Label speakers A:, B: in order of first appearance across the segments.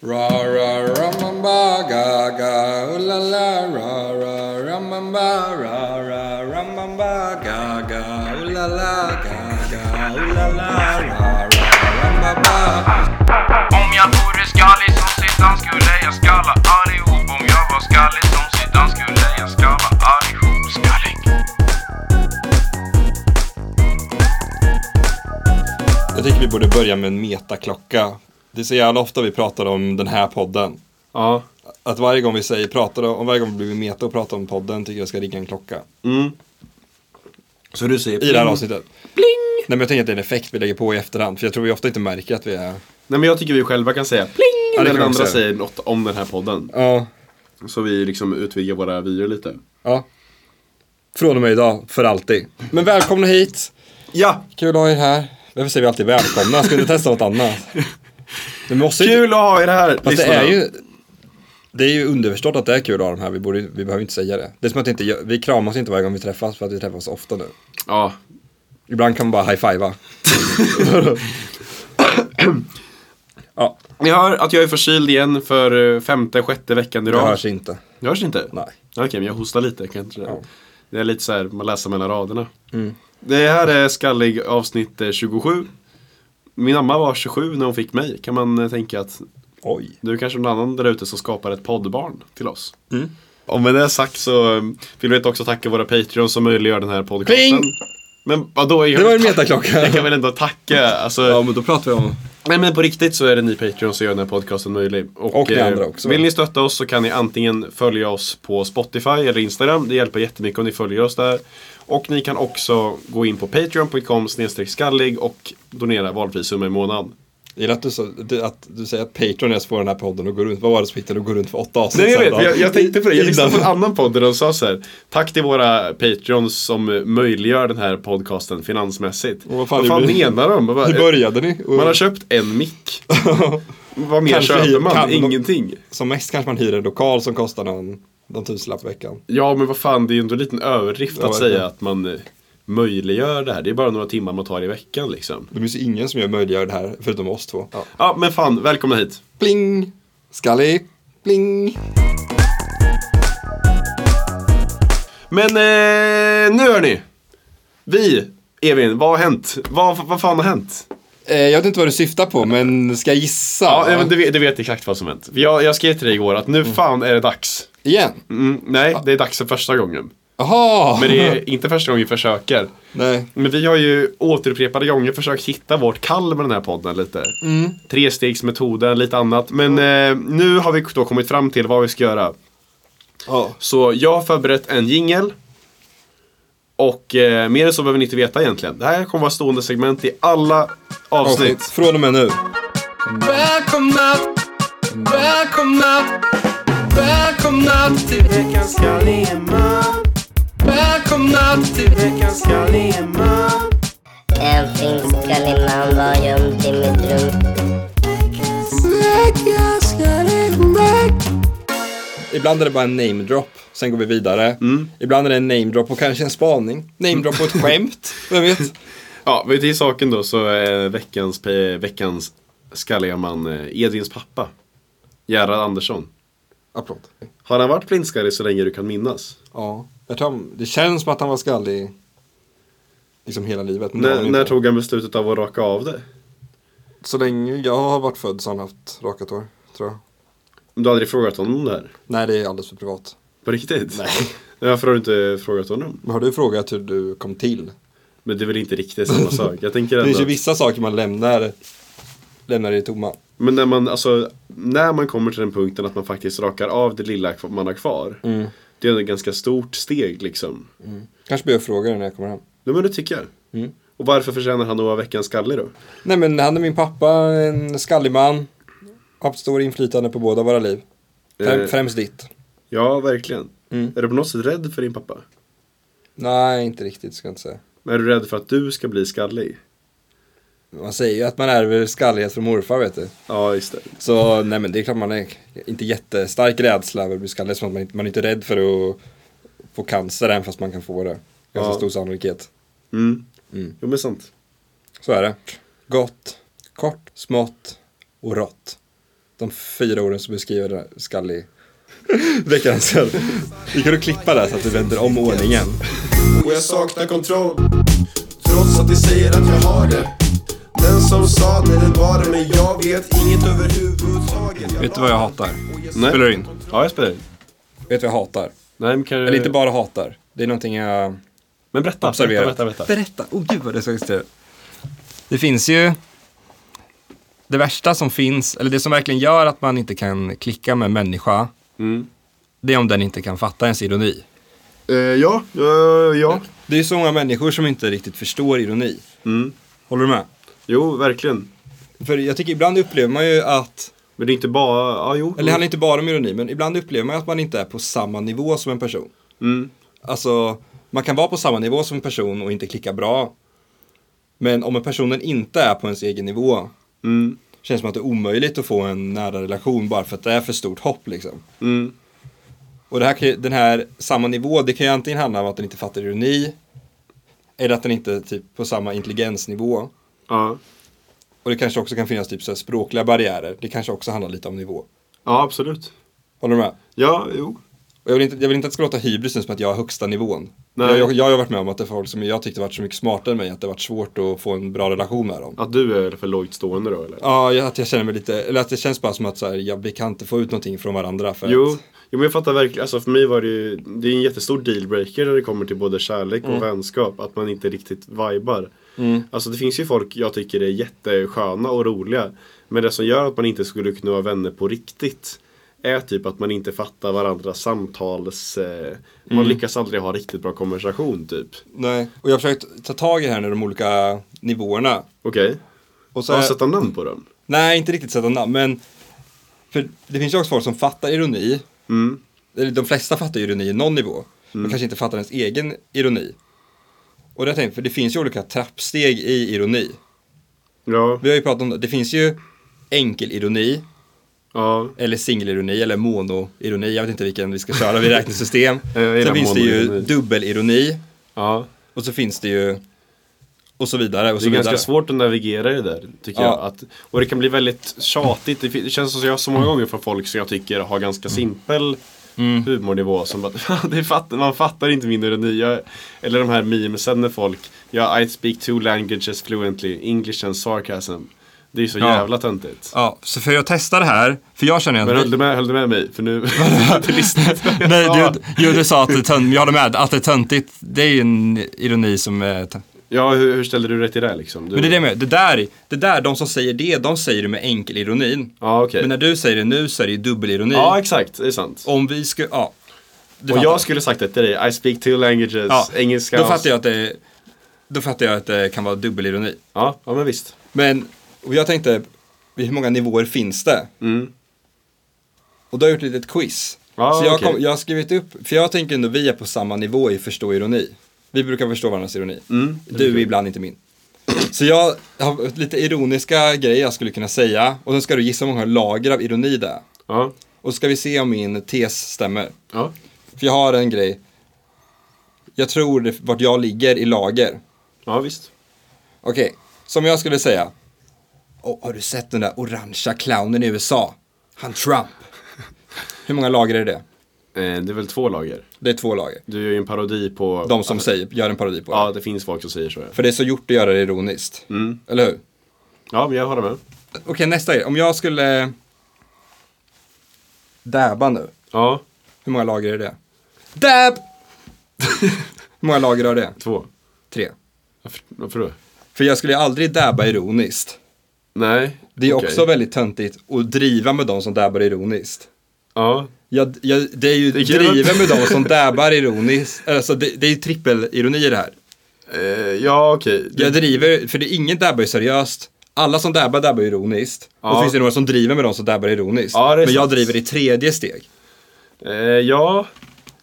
A: Ra ra ramamba ga ga ooh la la ra ra ramamba ra ra ramamba ga ga ooh la la ga ga ooh la la ra ra rambamba.
B: Om jag vore skallig som Zidane skulle jag skalla allihop Om jag var skallig som Zidane skulle jag skalla allihop Skallig
C: Jag tycker vi borde börja med en metaklocka. Det är så jävla ofta vi pratar om den här podden.
D: Ja.
C: Att varje gång vi säger pratar om, varje gång vi blir meta och pratar om podden tycker jag ska ringa en klocka.
D: Så du säger
C: I det här
D: pling.
C: avsnittet. Nej men jag tänker att det är en effekt vi lägger på i efterhand. För jag tror vi ofta inte märker att vi är...
D: Nej men jag tycker vi själva kan säga pling
C: kan
D: när
C: vi också
D: den andra
C: göra.
D: säger något om den här podden.
C: Ja.
D: Så vi liksom utvidgar våra vyer lite.
C: Ja. Från och med idag, för alltid. Men välkomna hit.
D: Ja!
C: Kul att ha er här. Varför säger vi alltid välkomna? Ska vi inte testa något annat? Det måste ju
D: Kul att ha er här!
C: Fast det
D: lyssnarna.
C: är ju Det är ju underförstått att det är kul att ha dem här, vi, borde, vi behöver inte säga det. Det är som att inte, gör- vi kramas inte varje gång vi träffas för att vi träffas ofta nu.
D: Ja.
C: Ibland kan man bara high-fivea. ja,
D: Ni hör att jag är förkyld igen för eh, femte, sjätte veckan i
C: det
D: rad.
C: hörs inte.
D: Det hörs inte?
C: Nej.
D: Okej, men jag hostar lite. Jag kan inte det.
C: Ja. Mm.
D: det är lite så här, man läser mellan raderna. Det här är skallig avsnitt eh, 27. Min mamma var 27 när hon fick mig. Kan man eh, tänka att
C: Oj.
D: Du är kanske någon annan där ute som skapar ett poddbarn till oss.
C: Mm.
D: Och med det sagt så eh, vill vi också tacka våra Patreons som möjliggör den här podcasten.
C: Pling!
D: Men vadå? Jag,
C: Det var en metaklocka.
D: jag kan väl ändå tacka. Alltså,
C: men då pratar vi om...
D: Nej men på riktigt så är det ni Patreons som gör den här podcasten möjlig.
C: Och ni
D: eh,
C: andra också.
D: Vill ni stötta oss så kan ni antingen följa oss på Spotify eller Instagram. Det hjälper jättemycket om ni följer oss där. Och ni kan också gå in på patreon.com skallig och donera valfri summa i månaden.
C: Jag gillar att du, sa, du, att du säger att Patreon är så får den här podden att gå runt. Vad var det som hittade att gå runt för åtta avsnitt
D: Nej jag
C: sen
D: vet,
C: då?
D: jag, jag tänkte på det. Jag lyssnade på en
C: Innan-
D: annan podd där de sa så här. Tack till våra Patreons som möjliggör den här podcasten finansmässigt.
C: Och
D: vad fan, menar de? Vad-
C: Hur började ni? Och-
D: Man har köpt en mick. Vad mer
C: Kanske
D: köper
C: hyr-
D: man?
C: kan-
D: Ingenting.
C: Som mest kanske man hyr en lokal som kostar någon, någon tusenlapp i veckan.
D: Ja men vad fan, det är ju ändå en liten överdrift
C: Ja,
D: att
C: verkligen.
D: säga att man eh, möjliggör det här. Det är bara några timmar man tar i veckan liksom.
C: Det finns ju ingen som gör möjliggör det här förutom oss två.
D: Ja men fan, välkomna hit.
C: Pling! Skallig! Pling!
D: Men eh, nu hörni! Vi, Evin, vad har hänt? Vad, vad fan har hänt?
C: Eh, jag vet inte vad du syftar på, men ska jag gissa?
D: Ja, men du, vet- du vet exakt vad som hänt. Jag, jag skrev till dig igår att nu fan är det dags.
C: Igen?
D: Mm, nej, det är dags för första gången.
C: Jaha!
D: Men det är inte första gången vi försöker.
C: Nej.
D: Men vi har ju återupprepade gånger försökt hitta vårt kall med den här podden lite. Trestegsmetoden, lite annat. Men eh, nu har vi då kommit fram till vad vi ska göra.
C: Ja.
D: Så jag har förberett en jingel. Och eh, mer än så behöver ni inte veta egentligen. Det här kommer vara stående segment i alla
C: Avsnitt.
D: avsnitt.
C: Från och med nu.
A: Välkomna, välkomna, välkomna till veckans Välkomna till veckans
E: En finsk man var gömd i mitt rum.
C: Ibland är det bara en namedrop, sen går vi vidare.
D: Mm.
C: Ibland är det en namedrop och kanske en spaning. Namedrop och ett skämt. Vem vet?
D: Ja, men till saken då så är veckans, pe- veckans skalliga man eh, Edvins pappa. Gerhard Andersson.
C: Applåd.
D: Har han varit blindskallig så länge du kan minnas?
C: Ja. Jag tror, han- det känns som att han var skallig liksom hela livet. men det var
D: När,
C: han
D: när
C: inte.
D: tog han beslutet av att raka av det?
C: Så länge jag har varit född så har han haft rakat hår, tror jag.
D: Du har aldrig frågat honom om det här?
C: Nej, det är alldeles för privat.
D: På riktigt? Nej. Varför har du inte frågat honom?
C: Men har du frågat hur du kom till?
D: Men det är väl inte riktigt samma sak? Jag tänker
C: Det
D: ändå
C: finns ju
D: att-
C: vissa saker man lämnar, lämnar i det tomma.
D: Men när man, alltså, när man kommer till den punkten att man faktiskt rakar av det lilla kv- man har kvar.
C: Mm.
D: Det är ändå ett ganska stort steg liksom.
C: Kanske bör jag fråga det när jag kommer hem.
D: Nej men det tycker jag.
C: Mm.
D: Och varför förtjänar han att vara veckans skallig då?
C: Nej men han är min pappa, en skallig man. Haft stor inflytande på båda våra liv. Främ,
D: Eh.
C: Främst ditt.
D: Ja, verkligen.
C: Mm.
D: Är du på något sätt rädd för din pappa?
C: Nej, inte riktigt ska jag inte säga.
D: Är du rädd för att du ska bli skallig?
C: Man säger ju att man ärver skallighet från morfar vet du.
D: Ja, just det.
C: Så nej men det är klart man är inte jättestark rädsla över att bli skallig. Som att man, inte- man är inte rädd för att få cancer även fast man kan få det. Ganska
D: Ja.
C: stor sannolikhet.
D: Mm. Jo men sant.
C: Så är det. Gott, kort, smått och rått. de fyra orden som beskriver det här, skallig veckans öl. Vi kan då klippa där så att vi vänder om ordningen.
F: och jag saknar kontroll Trots att de säger att jag har det Den som sa när den var det men jag vet inget överhuvudtaget
C: Vet du vad jag hatar?
D: Nej.
C: Spelar du in?
D: Ja, jag spelar in.
C: Vet du vad jag hatar?
D: Nej, men kan du...
C: Eller inte bara hatar. Det är någonting jag
D: Men berätta,
C: observerat.
D: berätta, berätta. berätta.
C: Berätta. Oh, gud vad det är så extra. Det finns ju... Det värsta som finns, eller det som verkligen gör att man inte kan klicka med en människa,
D: Mm.
C: det är om den inte kan fatta ens ironi.
D: Eh, ja, ja, ja.
C: Det är ju så många människor som inte riktigt förstår ironi.
D: Mm.
C: Håller du med?
D: Jo, verkligen.
C: För jag tycker ibland upplever man ju att,
D: Men det är inte bara... Ja, jo.
C: eller det handlar inte bara om ironi, men ibland upplever man ju att man inte är på samma nivå som en person.
D: Mm.
C: Alltså, man kan vara på samma nivå som en person och inte klicka bra. Men om en personen inte är på ens egen nivå,
D: Mm.
C: känns det som att det är omöjligt att få en nära relation bara för att det är för stort hopp liksom.
D: Mm.
C: Och det här, kan ju- den här samma nivå, det kan ju antingen handla om att den inte fattar ironi, eller att den inte är typ på samma intelligensnivå.
D: Ja.
C: Och det kanske också kan finnas typ så här språkliga barriärer. Det kanske också handlar lite om nivå.
D: ja, absolut.
C: Håller du med?
D: Ja, jo.
C: Och jag, vill inte, jag vill inte att det ska låta hybris nu som att jag är högsta nivån.
D: Nej.
C: Jag, jag har ju varit med om att det är folk som jag tyckte varit så mycket smartare än mig att det har varit svårt att få en bra relation med dem.
D: Att du är för lågt stående då, eller?
C: Ja, jag- att jag känner mig lite, eller att det känns bara som att så här, ja, vi kan inte få ut någonting från varandra. För
D: Jo,
C: att,
D: jo men jag fattar verkligen. Alltså för mig var det ju, det är en jättestor dealbreaker när det kommer till både kärlek och vänskap. Att man inte riktigt vibar. Alltså det finns ju folk jag tycker är jättesköna och roliga. Men det som gör att man inte skulle kunna vara vänner på riktigt. Är typ att man inte fattar varandras samtals... Eh, man lyckas aldrig ha riktigt bra konversation typ.
C: nej. Och jag har försökt ta tag i det här nu, de olika nivåerna.
D: Okej.
C: Och så
D: Okay. Sätta namn på dem.
C: Nej, inte riktigt sätta namn, men för det finns ju också folk som fattar ironi.
D: Mm.
C: Eller de flesta fattar ironi i någon nivå. men kanske inte fattar ens egen ironi. Och det har jag tänkt, för det finns ju olika trappsteg i ironi.
D: Ja.
C: Vi har ju pratat om det, det finns ju enkelironi,
D: Ja.
C: eller singelironi, eller monoironi. Jag vet inte vilken vi ska köra, vi räknar system.
D: Jag gillar
C: Sen finns det ju
D: monoironi.
C: dubbelironi,
D: ja.
C: och så finns det ju, och så vidare. Och
D: Det
C: så
D: är ganska
C: vidare.
D: svårt att navigera i det där, tycker
C: Ja.
D: jag. Att, och det kan bli väldigt tjatigt. Det, fin- det känns som att jag har så många gånger från folk som jag tycker har ganska
C: Mm.
D: simpel humornivå. Som bara, det fattar, man fattar inte min ironi. Jag- Eller de här memesen när folk, ja, I speak two languages fluently, English and sarcasm. Det är ju så
C: Ja.
D: jävla töntigt.
C: Ja, så för jag testar det här, för jag känner ju att...
D: Men höll du, med, höll du med mig? För nu... du lyssnade inte vad jag
C: Nej,
D: sa.
C: du, jo, du sa att det är tönt, jag håller med, att det är töntigt, det är ju en ironi som är tö-
D: Ja, hur, hur ställer du dig till det här, liksom? Du...
C: Men det är det med, det där, det där, de som säger det, de säger det med enkel ironin.
D: Ja, okej.
C: Men när du säger det nu så är det ju dubbelironi.
D: Ja, exakt. Det är sant.
C: Om vi skulle, ja. Du
D: och
C: fattar.
D: jag skulle sagt det till dig, I speak two languages,
C: ja.
D: engelska
C: Då
D: och-
C: fattar jag att det, då fattar jag att det kan vara dubbelironi.
D: Ja, ja, men visst.
C: Men, och jag tänkte, hur många nivåer finns det?
D: Mm.
C: Och då har jag gjort ett litet quiz.
D: Ja,
C: så jag,
D: okej.
C: kom, jag har skrivit upp, för jag tänker ändå vi är på samma nivå i förstå ironi. Vi brukar förstå varandras ironi.
D: Mm.
C: du är ibland inte min. Så jag har lite ironiska grejer jag skulle kunna säga. Och sen ska du gissa hur många lager av ironi det är.
D: Ja.
C: Och så ska vi se om min tes stämmer.
D: Ja.
C: För jag har en grej. Jag tror det, vart jag ligger i lager.
D: ja, visst.
C: Okej, som jag skulle säga. "Åh, har du sett den där orangea clownen i USA? Han Trump. Hur många lager är det?
D: Eh, det är väl två lager?
C: Det är två lager.
D: Du gör ju en parodi på...
C: De som säger, gör en parodi på det.
D: Ja, det finns folk som säger så. Ja,
C: För det är så gjort att göra det ironiskt. Eller hur?
D: ja men jag håller med.
C: Okej, nästa grej. Om jag skulle dabba nu.
D: Ja,
C: Hur många lager är det? Dab! Hur många lager har det?
D: två.
C: Tre.
D: Varför, varför då?
C: För jag skulle ju aldrig dabba ironiskt.
D: Nej.
C: Det är
D: okej.
C: också väldigt töntigt att driva med de som dabbar ironiskt.
D: Ja.
C: Jag, jag, det är ju
D: Det är kul att-
C: driva med de som dabbar ironiskt. Alltså det, det är ju trippelironi i det här.
D: Eh, ja, okej.
C: Jag driver, för det är ingen dabbar ju seriöst. Alla som dabbar dabbar ju ironiskt. Och
D: Ja.
C: finns det några som driver med de som dabbar ironiskt.
D: Ja, det är
C: Men jag
D: sant.
C: driver i tredje steg.
D: Eh, ja.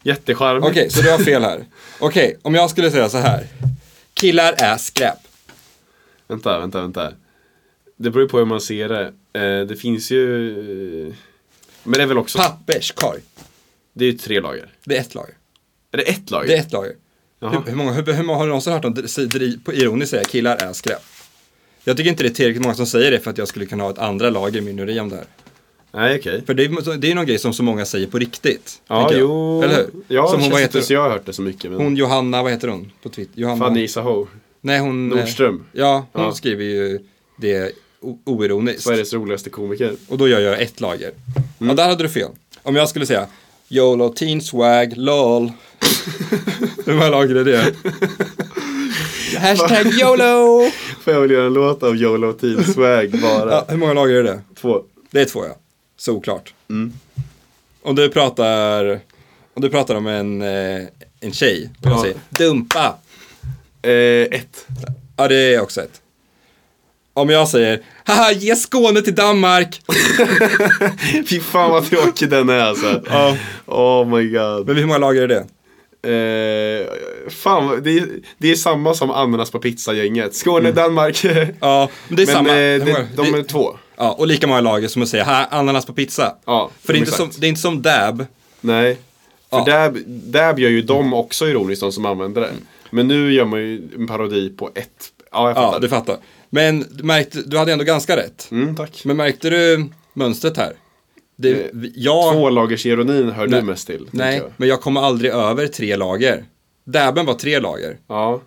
D: Jättecharmigt.
C: Okej, så du har fel här. Okej, om jag skulle säga så här. Killar är skräp.
D: Vänta, vänta, vänta. Det beror ju på hur man ser det. Eh, det finns ju... eh, Men det är väl också...
C: Papperskorg.
D: Det är ju tre lager.
C: Det är ett lager.
D: Är det ett lager?
C: Det är ett lager.
D: Jaha.
C: Hur, hur, många, hur, hur många har du någonsin hört någon dri- dri- på ironiskt säga killar är skräp? Jag tycker inte det är tillräckligt många som säger det för att jag skulle kunna ha ett andra lager i min urin om det här.
D: Nej, okej.
C: För det är, det är någon grej som så många säger på riktigt.
D: Ja,
C: tänker jag.
D: jo.
C: Eller hur?
D: Ja,
C: som
D: det
C: hon, vad
D: känns inte
C: heter
D: så jag har hört det så mycket. Men...
C: hon? hon Johanna, vad heter hon? På Twitter? Johanna?
D: Fanny Isaho.
C: Nej, hon... eh,
D: Nordström.
C: Ja, hon
D: Ja.
C: skriver ju det o- oironiskt.
D: Sveriges roligaste komiker.
C: Och då gör jag ett lager.
D: Mm.
C: Ja, där hade du fel. Om jag skulle säga YOLO, Teen Swag, LOL. Hur många lager är det? Hashtag YOLO!
D: Får jag väl göra en låt av YOLO Tidsväg bara?
C: Ja, hur många lager är det?
D: Två.
C: Det är två ja. Såklart. Om du pratar, om du pratar om en, eh, en tjej och jag
D: Ja.
C: säger dumpa.
D: Eh, ett.
C: Ja det är också ett. Om jag säger haha ge Skåne till Danmark.
D: Fy fan vad tråkig den är alltså.
C: Ja.
D: Oh my god.
C: Men hur många lager är det?
D: Eh, fan, vad- det är, det är samma som ananas på pizzagänget. Skåne, Danmark.
C: Mm. Ja, men det är
D: Men
C: samma.
D: eh,
C: Hur många-
D: det, de
C: det-
D: är två.
C: Ja, och lika många lager som att säga här, ananas på pizza.
D: Ja,
C: För det är, inte som,
D: exakt.
C: det är inte som dab.
D: Nej. För
C: Ja.
D: där, där gör ju de också ironiskt, de som använder det. Men nu gör man ju en parodi på ett. Ja, jag fattar.
C: Ja, du fattar. Men du märkte, du hade ändå ganska rätt.
D: mm, tack.
C: Men märkte du mönstret här? Det,
D: Eh,
C: jag,
D: Tvålagersironin hör
C: Nej.
D: du mest till. tänker
C: nej,
D: jag.
C: men jag kommer aldrig över tre lager. Dabben var tre lager.
D: Ja.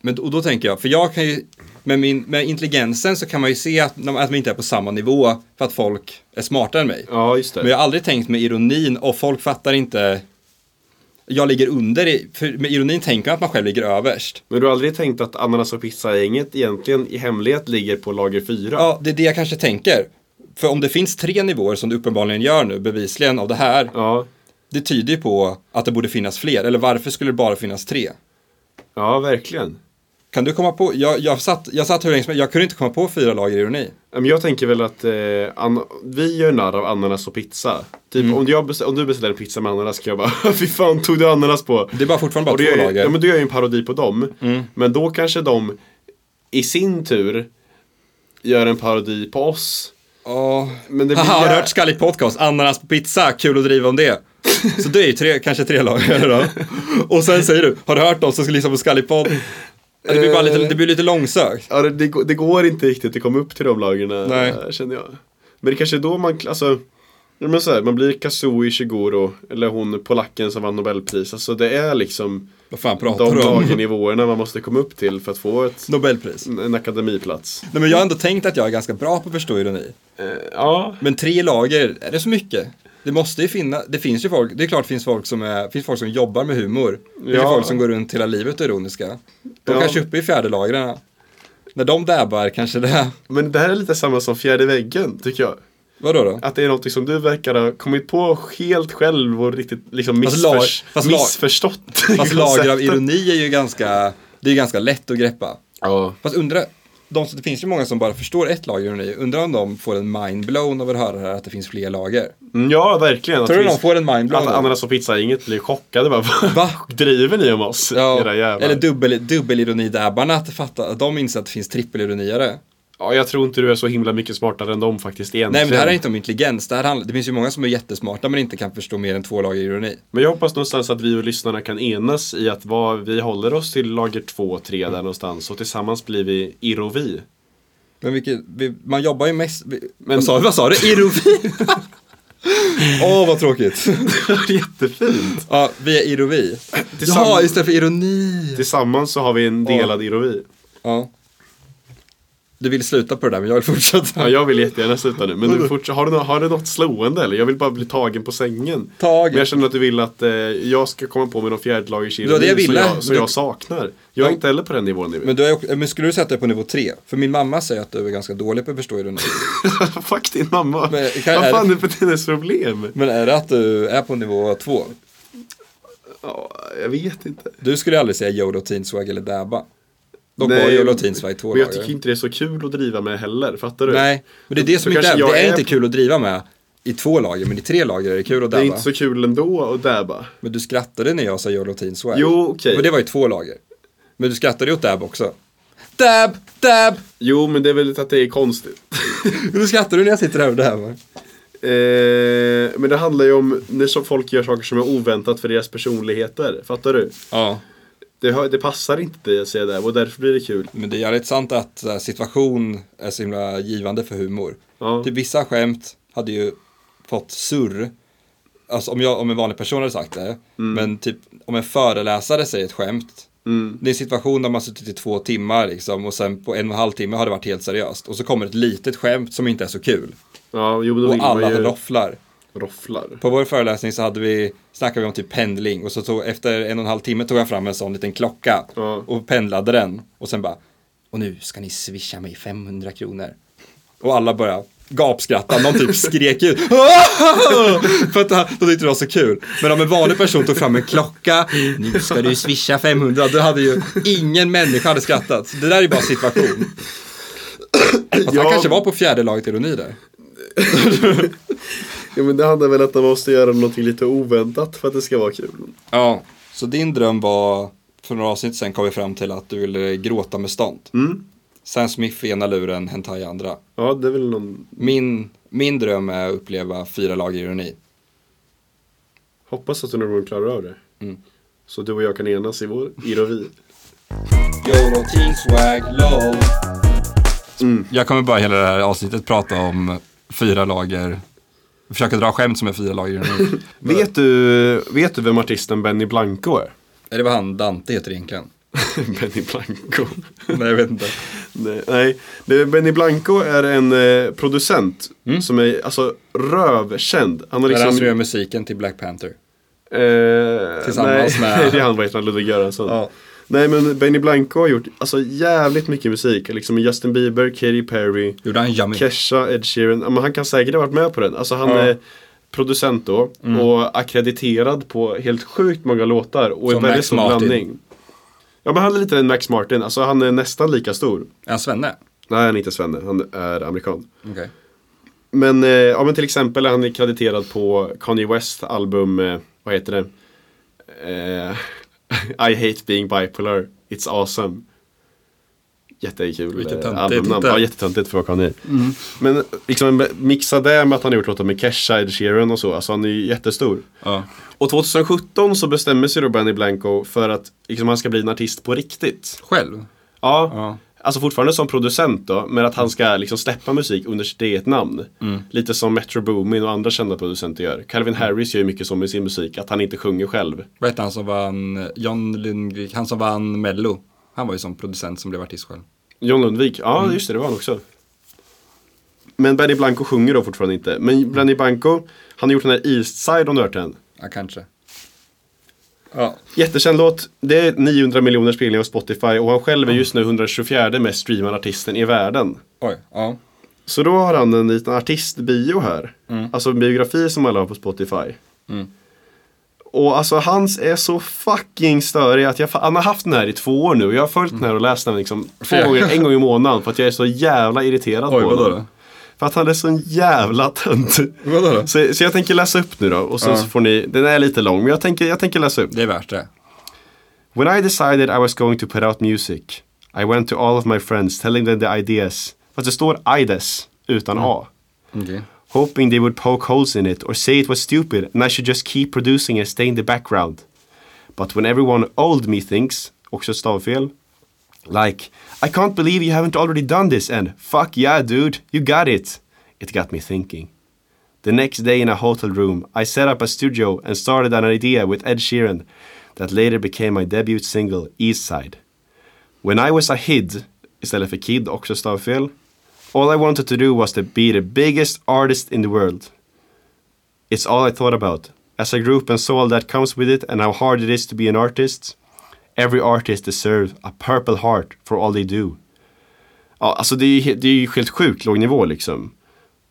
C: Men, och då tänker jag, för jag kan ju, med, min, med intelligensen så kan man ju se att, att vi inte är på samma nivå för att folk är smartare än mig.
D: ja, just det.
C: Men jag har aldrig tänkt med ironin och folk fattar inte. Jag ligger under, i, för med ironin tänker man att man själv ligger överst.
D: Men du har aldrig tänkt att ananas och pizza-gänget egentligen i hemlighet ligger på lager fyra?
C: Ja, det är det jag kanske tänker. För om det finns tre nivåer som du uppenbarligen gör nu, bevisligen av det här,
D: Ja,
C: det tyder ju på att det borde finnas fler. Eller varför skulle det bara finnas tre?
D: ja verkligen.
C: Kan du komma på, jag, jag, satt, jag satt hur länge som helst, jag kunde inte komma på fyra lager ironi.
D: Ja, Men jag tänker väl att eh, an- vi gör narr av ananas och pizza. Typ
C: Mm.
D: om, jag best- om du beställer en pizza med ananas kan jag bara, fy fan tog du ananas på?
C: Det är bara fortfarande
D: Och
C: bara
D: du
C: två
D: gör, ju-
C: lager. Mm.
D: ja, men du gör ju en parodi på dem. Men då kanske de i sin tur gör en parodi på oss.
C: Ja.
D: Men det blir
C: Haha, har du
D: jä-
C: hört Skallig Podcast? Ananas på pizza, kul att driva om det. Så det är ju tre, kanske tre lager då. Och sen säger du, har du hört dem som ska lyssna på Skallig Podd? Ja, Det blir bara lite, det blir lite långsökt.
D: Ja, det, det, går- det går inte riktigt att komma upp till de lagren
C: Nej.
D: eh, känner jag. Men det kanske är då man, alltså, ja, men så här, man blir Kazui Ishiguro, eller hon polacken som vann Nobelpris. Alltså det är liksom
C: Vad fan pratar
D: de
C: du om?
D: lagernivåerna man måste komma upp till för att få ett,
C: Nobelpris.
D: en akademiplats. Eh,
C: Nej men jag har ändå tänkt att jag är ganska bra på att förstå ironi.
D: Ja,
C: Men tre lager, är det så mycket? Det måste ju finnas, det finns ju folk, det är klart det finns folk som, är, finns folk som jobbar med humor. Det finns
D: Ja.
C: folk som går runt hela livet och är ironiska. De
D: Ja.
C: kanske är uppe i fjärde lagren. När de dabbar kanske det,
D: men det här är lite samma som fjärde väggen tycker jag.
C: vadå då?
D: Att det är något som du verkar ha kommit på helt själv och riktigt liksom
C: Fast lag-
D: missförs-
C: fast lag-
D: missförstått.
C: Fast lager av
D: konceptet.
C: ironi är ju ganska, det är ganska lätt att greppa.
D: Ja.
C: Fast undra, de, som- det finns ju många som bara förstår ett lager ironi. Undrar om de får en mindblown av att höra här att det finns fler lager.
D: Mm, Ja, verkligen. Att
C: Tror du
D: vi-
C: någon får en mindblown?
D: Alla ananas och pizza inget blir chockade bara.
C: Va?
D: Va? Driver ni om oss? Era
C: Ja,
D: jävlar.
C: eller dubbel, dubbelironidabbarna, att, fatta, att de inser att det finns trippelironiare.
D: ja, jag tror inte du är så himla mycket smartare än dem faktiskt egentligen.
C: Nej men det här är inte om intelligens, det, här handlar, det finns ju många som är jättesmarta men inte kan förstå mer än två lager ironi.
D: Men jag hoppas någonstans att vi och lyssnarna kan enas i att vad, vi håller oss till lager 2 och 3 där någonstans och tillsammans blir vi irovi.
C: Men vilket, vi, man jobbar ju mest, vi,
D: Men-
C: vad, sa, vad sa du? Irovi? Åh vad tråkigt.
D: Jättefint!
C: Ja, vi är irovi.
D: Tillsammans-
C: Jaha, istället för ironi.
D: Tillsammans så har vi en delad irovi.
C: Ja. Du vill sluta på det där men jag vill
D: Ja,
C: fortsätta.
D: jag vill jättegärna sluta nu, men du forts- har, du nå- har du något slående eller? Jag vill bara bli tagen på sängen.
C: Tagen.
D: Men jag känner att du vill att eh, jag ska komma på med någon fjärdlagers
C: Det var det jag
D: som,
C: ville.
D: jag, som
C: Men-
D: jag saknar. Jag är
C: Ja.
D: inte heller på den nivån nu.
C: Men, du är, också- men skulle du säga att du är på nivå tre? För min mamma säger att du är ganska dålig på att förstå ironi.
D: Fuck din mamma.
C: Men kan-
D: Vad
C: är
D: fan
C: det-
D: är det för hennes problem?
C: Men är det att du är på nivå två?
D: Ja, jag vet inte.
C: Du skulle aldrig säga Yolo Teenswag eller Dabba. De
D: Nej,
C: var Yolo
D: men-
C: Teenswag två
D: Men jag
C: lager.
D: tycker inte det är så kul att driva med heller, fattar du?
C: Nej, men det är det
D: Så
C: som inte är,
D: kanske jag
C: det är,
D: är
C: inte
D: på-
C: kul att driva med i två lager, men i tre lager är det kul att
D: Det är
C: dabba.
D: inte så kul ändå att dabba.
C: Men du skrattade när jag sa Yolo Teen Swag.
D: Jo, okej.
C: Men det var ju två lager. Men du skrattade ju åt dab också. Dab, dab!
D: Jo, men det är väl att det är konstigt.
C: Nu skrattar du när jag sitter här och dabbar.
D: eh, men det handlar ju om när så folk gör saker som är oväntat för deras personligheter, fattar du?
C: Ja,
D: Det, hör- det passar inte dig att säga det och därför blir det kul.
C: men det är jävligt sant att så här, situation är så himla givande för humor.
D: Ja.
C: Typ vissa skämt hade ju fått surr. Alltså om, jag, om en vanlig person hade sagt det. Men typ om en föreläsare säger ett skämt. Det är en situation där man har suttit i två timmar liksom, och sen på en och en halv timme har det varit helt seriöst. Och så kommer ett litet skämt som inte är så kul.
D: Ja, jo, men då
C: Och
D: vill man
C: alla
D: ju...
C: rofflar.
D: Rofflar.
C: På vår föreläsning så hade vi, snackade vi om typ pendling och så tog, efter en och en halv timme tog jag fram en sån liten klocka
D: Ja.
C: och pendlade den. Och sen bara, och nu ska ni swisha mig 500 kronor. Och alla började gapskratta, någon typ skrek ut. För att de tyckte det var så kul. Men om en vanlig person tog fram en klocka, nu ska du swisha 500, då hade ju ingen människa hade skrattat. Så Det där är ju bara situation. Fast han
D: Ja.
C: kanske var på fjärde laget ironi där.
D: Ja, men det handlar väl att man måste göra någonting lite oväntat för att det ska vara kul.
C: Ja, så din dröm var, för några avsnitt sen kom vi fram till att du ville gråta med stånd. Sam Smith i ena luren, Hentai i andra.
D: Ja, det är väl någon...
C: Min, min dröm är att uppleva fyra lager ironi.
D: Hoppas att du någon gång klarar av det.
C: Mm.
D: Så du och jag kan enas i vår ironi.
C: YOLO Teen Swag LOL. Mm. Jag kommer bara hela det här avsnittet prata om fyra lager, försöka dra skämt som är fyra lager ironi.
D: vet, du, vet du vem artisten Benny Blanco är?
C: Är det vad han Dante heter egentligen?
D: Benny Blanco.
C: Nej, jag vet inte.
D: Nej, nej. Det- Benny Blanco är en eh, producent som är alltså rövkänd. Han har
C: Det Mm. är han som gör
D: liksom...
C: musiken till Black Panther.
D: Eh,
C: Tillsammans
D: nej,
C: med-
D: det är han, vad heter han, Ludvig Göransson.
C: Ja.
D: Nej men Benny Blanco har gjort alltså, jävligt mycket musik. Liksom Justin Bieber, Katy Perry,
C: Gjorde han Yummy?
D: Kesha, Ed Sheeran. Ja, Men han kan säkert ha varit med på den. Alltså han
C: Ja.
D: är producent då och ackrediterad på helt sjukt många låtar och
C: Som
D: en väldigt
C: Max
D: stor
C: Martin.
D: blandning. Ja men han är lite en Max Martin, alltså han är nästan lika stor.
C: Är han svenne?
D: Nej han är inte svenne, han är amerikan.
C: Okej.
D: Men, eh, ja, men till exempel är han krediterad på Kanye West album, eh, vad heter det? Eh, I hate being bipolar, it's awesome. Jättekul
C: Vilket
D: eh,
C: töntigt
D: albumnamn.
C: titel.
D: Ja, jättetöntigt för att vara Kanye. Men liksom mixa det med att han har gjort låtar med Kesha, Ed Sheeran och så. Alltså han är ju jättestor.
C: Ja.
D: Och 2017 så bestämmer sig då Benny Blanco för att liksom, han ska bli en artist på riktigt.
C: Själv?
D: Ja.
C: Ja.
D: Alltså fortfarande som producent då, men att han ska liksom släppa musik under sitt eget namn. Lite som Metro Boomin och andra kända producenter gör. Calvin Harris gör ju mycket som i sin musik, att han inte sjunger själv.
C: Vad hette han som vann, John Lundgren, han som vann Mello. Han var ju som producent som blev artist själv.
D: John Lundvik, ja just det, det var han också. Men Benny Blanco sjunger då fortfarande inte. Men Benny Blanco, han har gjort den här Eastside om du har hört den.
C: Ja, kanske. Ja.
D: Jättekänd låt, det är 900 miljoner spelningar på Spotify och han själv är just nu 124 mest streamade artisten i världen.
C: Oj, ja.
D: Så då har han en liten artistbio här.
C: Mm.
D: Alltså en biografi som alla har på Spotify. Och alltså hans är så fucking störig att jag, fa- han har haft den här i två år nu. Jag har följt den här och läst den liksom två
C: Fair.
D: gånger, en gång i månaden för att jag är så jävla irriterad
C: Oj,
D: på
C: vadå
D: honom.
C: då?
D: För att han är så jävla tönt.
C: Vadå då?
D: Så, så jag tänker läsa upp nu då och sen
C: Ja.
D: så får ni, den är lite lång men jag tänker, jag tänker läsa upp.
C: Det är värt det.
D: When I decided I was going to put out music, I went to all of my friends telling them the ideas. Fast det står IDES utan
C: Mm.
D: A.
C: Okej.
D: hoping they would poke holes in it or say it was stupid and I should just keep producing and stay in the background. But when everyone old me thinks, också stavfel, like, I can't believe you haven't already done this and fuck yeah dude, you got it. It got me thinking. The next day in a hotel room, I set up a studio and started an idea with Ed Sheeran that later became my debut single, East Side. When I was a kid, istället för kid, också stavfel, all I wanted to do was to be the biggest artist in the world. It's all I thought about. As a group and soul that comes with it and how hard it is to be an artist, every artist deserves a purple heart for all they do. Ja, alltså det är, ju he- det är ju helt sjukt låg nivå liksom.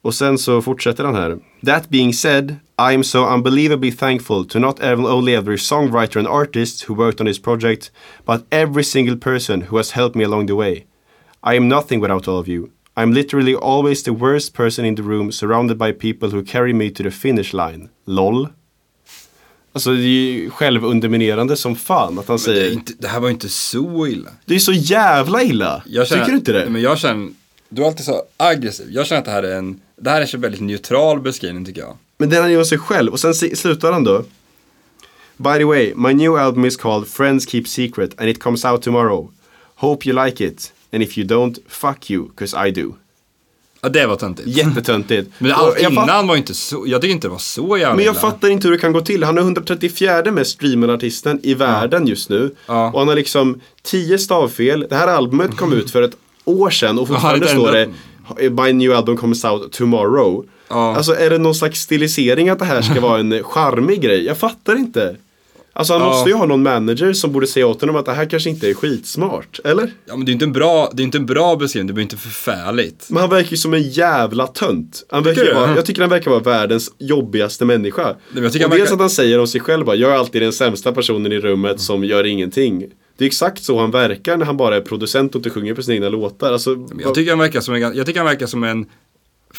D: Och sen så fortsätter han här. That being said, I am so unbelievably thankful to not ev- only every songwriter and artist who worked on this project, but every single person who has helped me along the way. I am nothing without all of you. I am literally always the worst person in the room surrounded by people who carry me to the finish line. LOL. Alltså det är ju självunderminerande som fan att han
C: Men det, är
D: säger.
C: inte, det här var ju inte så illa.
D: Det är så jävla illa. Tycker du inte det?
C: Nej, Men jag känner, du är alltid så aggressiv. Jag känner att det här är en, det här är en väldigt neutral beskrivning tycker jag.
D: Men den han gör sig själv och sen si- slutar han då. By the way, my new album is called Friends Keep Secret and it comes out tomorrow. Hope you like it. And if you don't, fuck you, cause I do.
C: Ja, det var töntigt.
D: Jättetöntigt.
C: Men
D: Och
C: all,
D: jag
C: innan
D: fatt-
C: var inte så, jag tycker inte det var så jävla
D: men jag
C: illa.
D: fattar inte hur det kan gå till. Han är 134 mest streamade artisten i världen just nu.
C: Ja.
D: Och han har liksom 10 stavfel. Det här albumet kom ut för ett år sedan och fortfarande
C: det är
D: står det
C: ändå-
D: My new album comes out tomorrow.
C: Ja.
D: Alltså är det någon slags stilisering att det här ska vara en charmig grej? Jag fattar inte. Alltså han
C: Ja.
D: måste ju ha någon manager som borde säga åt honom att det här kanske inte är skitsmart, eller?
C: Ja, men det är ju inte en bra, det är inte en bra beskrivning, det blir inte förfärligt.
D: Men han verkar ju som en jävla tönt. Han
C: Tycker
D: verkar
C: du?
D: vara, jag tycker han verkar vara världens jobbigaste människa.
C: men jag tycker
D: och
C: han
D: dels
C: verkar-
D: att han säger om sig själv bara, jag är alltid den sämsta personen i rummet som gör ingenting. Det är exakt så han verkar när han bara är producent och inte sjunger på sina egna låtar. Alltså,
C: Men
D: vad-
C: Jag tycker han verkar som en, gan- jag tycker han verkar som en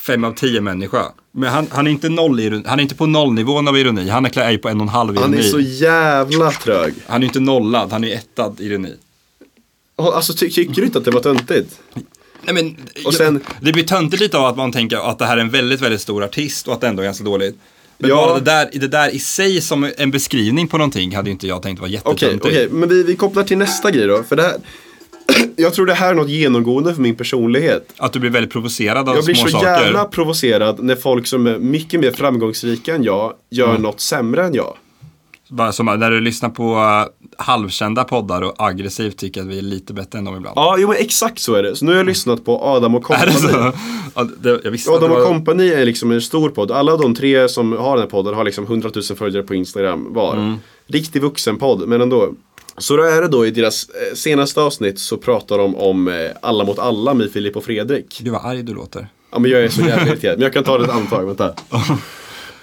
C: fem av tio människa. Men han, han, är inte noll ironi, han är inte på nollnivån av ironi, han är klä- är ju på en och en halv ironi.
D: han är så jävla trög.
C: han är ju inte nollad, han är ju ettad ironi.
D: Alltså ty- tycker du inte att det var töntigt?
C: Nej, men,
D: Och sen-
C: det blir töntigt lite av att man tänker att det här är en väldigt, väldigt stor artist och att det ändå är ganska dåligt. Men
D: Ja.
C: bara det där, det där i sig som en beskrivning på någonting hade ju inte jag tänkt var
D: Okej,
C: jättetöntigt.
D: okej, men vi, vi kopplar till nästa grej då. För det här, jag tror det här är något genomgående för min personlighet.
C: Att du blir väldigt provocerad av
D: Jag blir
C: små
D: så
C: saker.
D: jävla provocerad när folk som är mycket mer framgångsrika än jag gör
C: Mm.
D: något sämre än jag.
C: Bara som när du lyssnar på eh, halvkända poddar och aggressivt tycker att vi är lite bättre än dem ibland.
D: Ja, jo men exakt så är det. Så nu har jag lyssnat på Adam och
C: Mm. Är det
D: Company.
C: så? Ja, det, jag visste att det
D: Adam och
C: var...
D: Company är liksom en stor podd. Alla de tre som har den här podden har liksom 100 000 följare på Instagram var.
C: Mm.
D: Riktig vuxenpodd, men ändå. Så då är det då i deras eh, senaste avsnitt så pratar de om eh, Alla mot alla med Filip och Fredrik.
C: Gud vad arg du låter.
D: Ja men jag är så jävla irriterad. Men jag kan ta det ett andetag, vänta.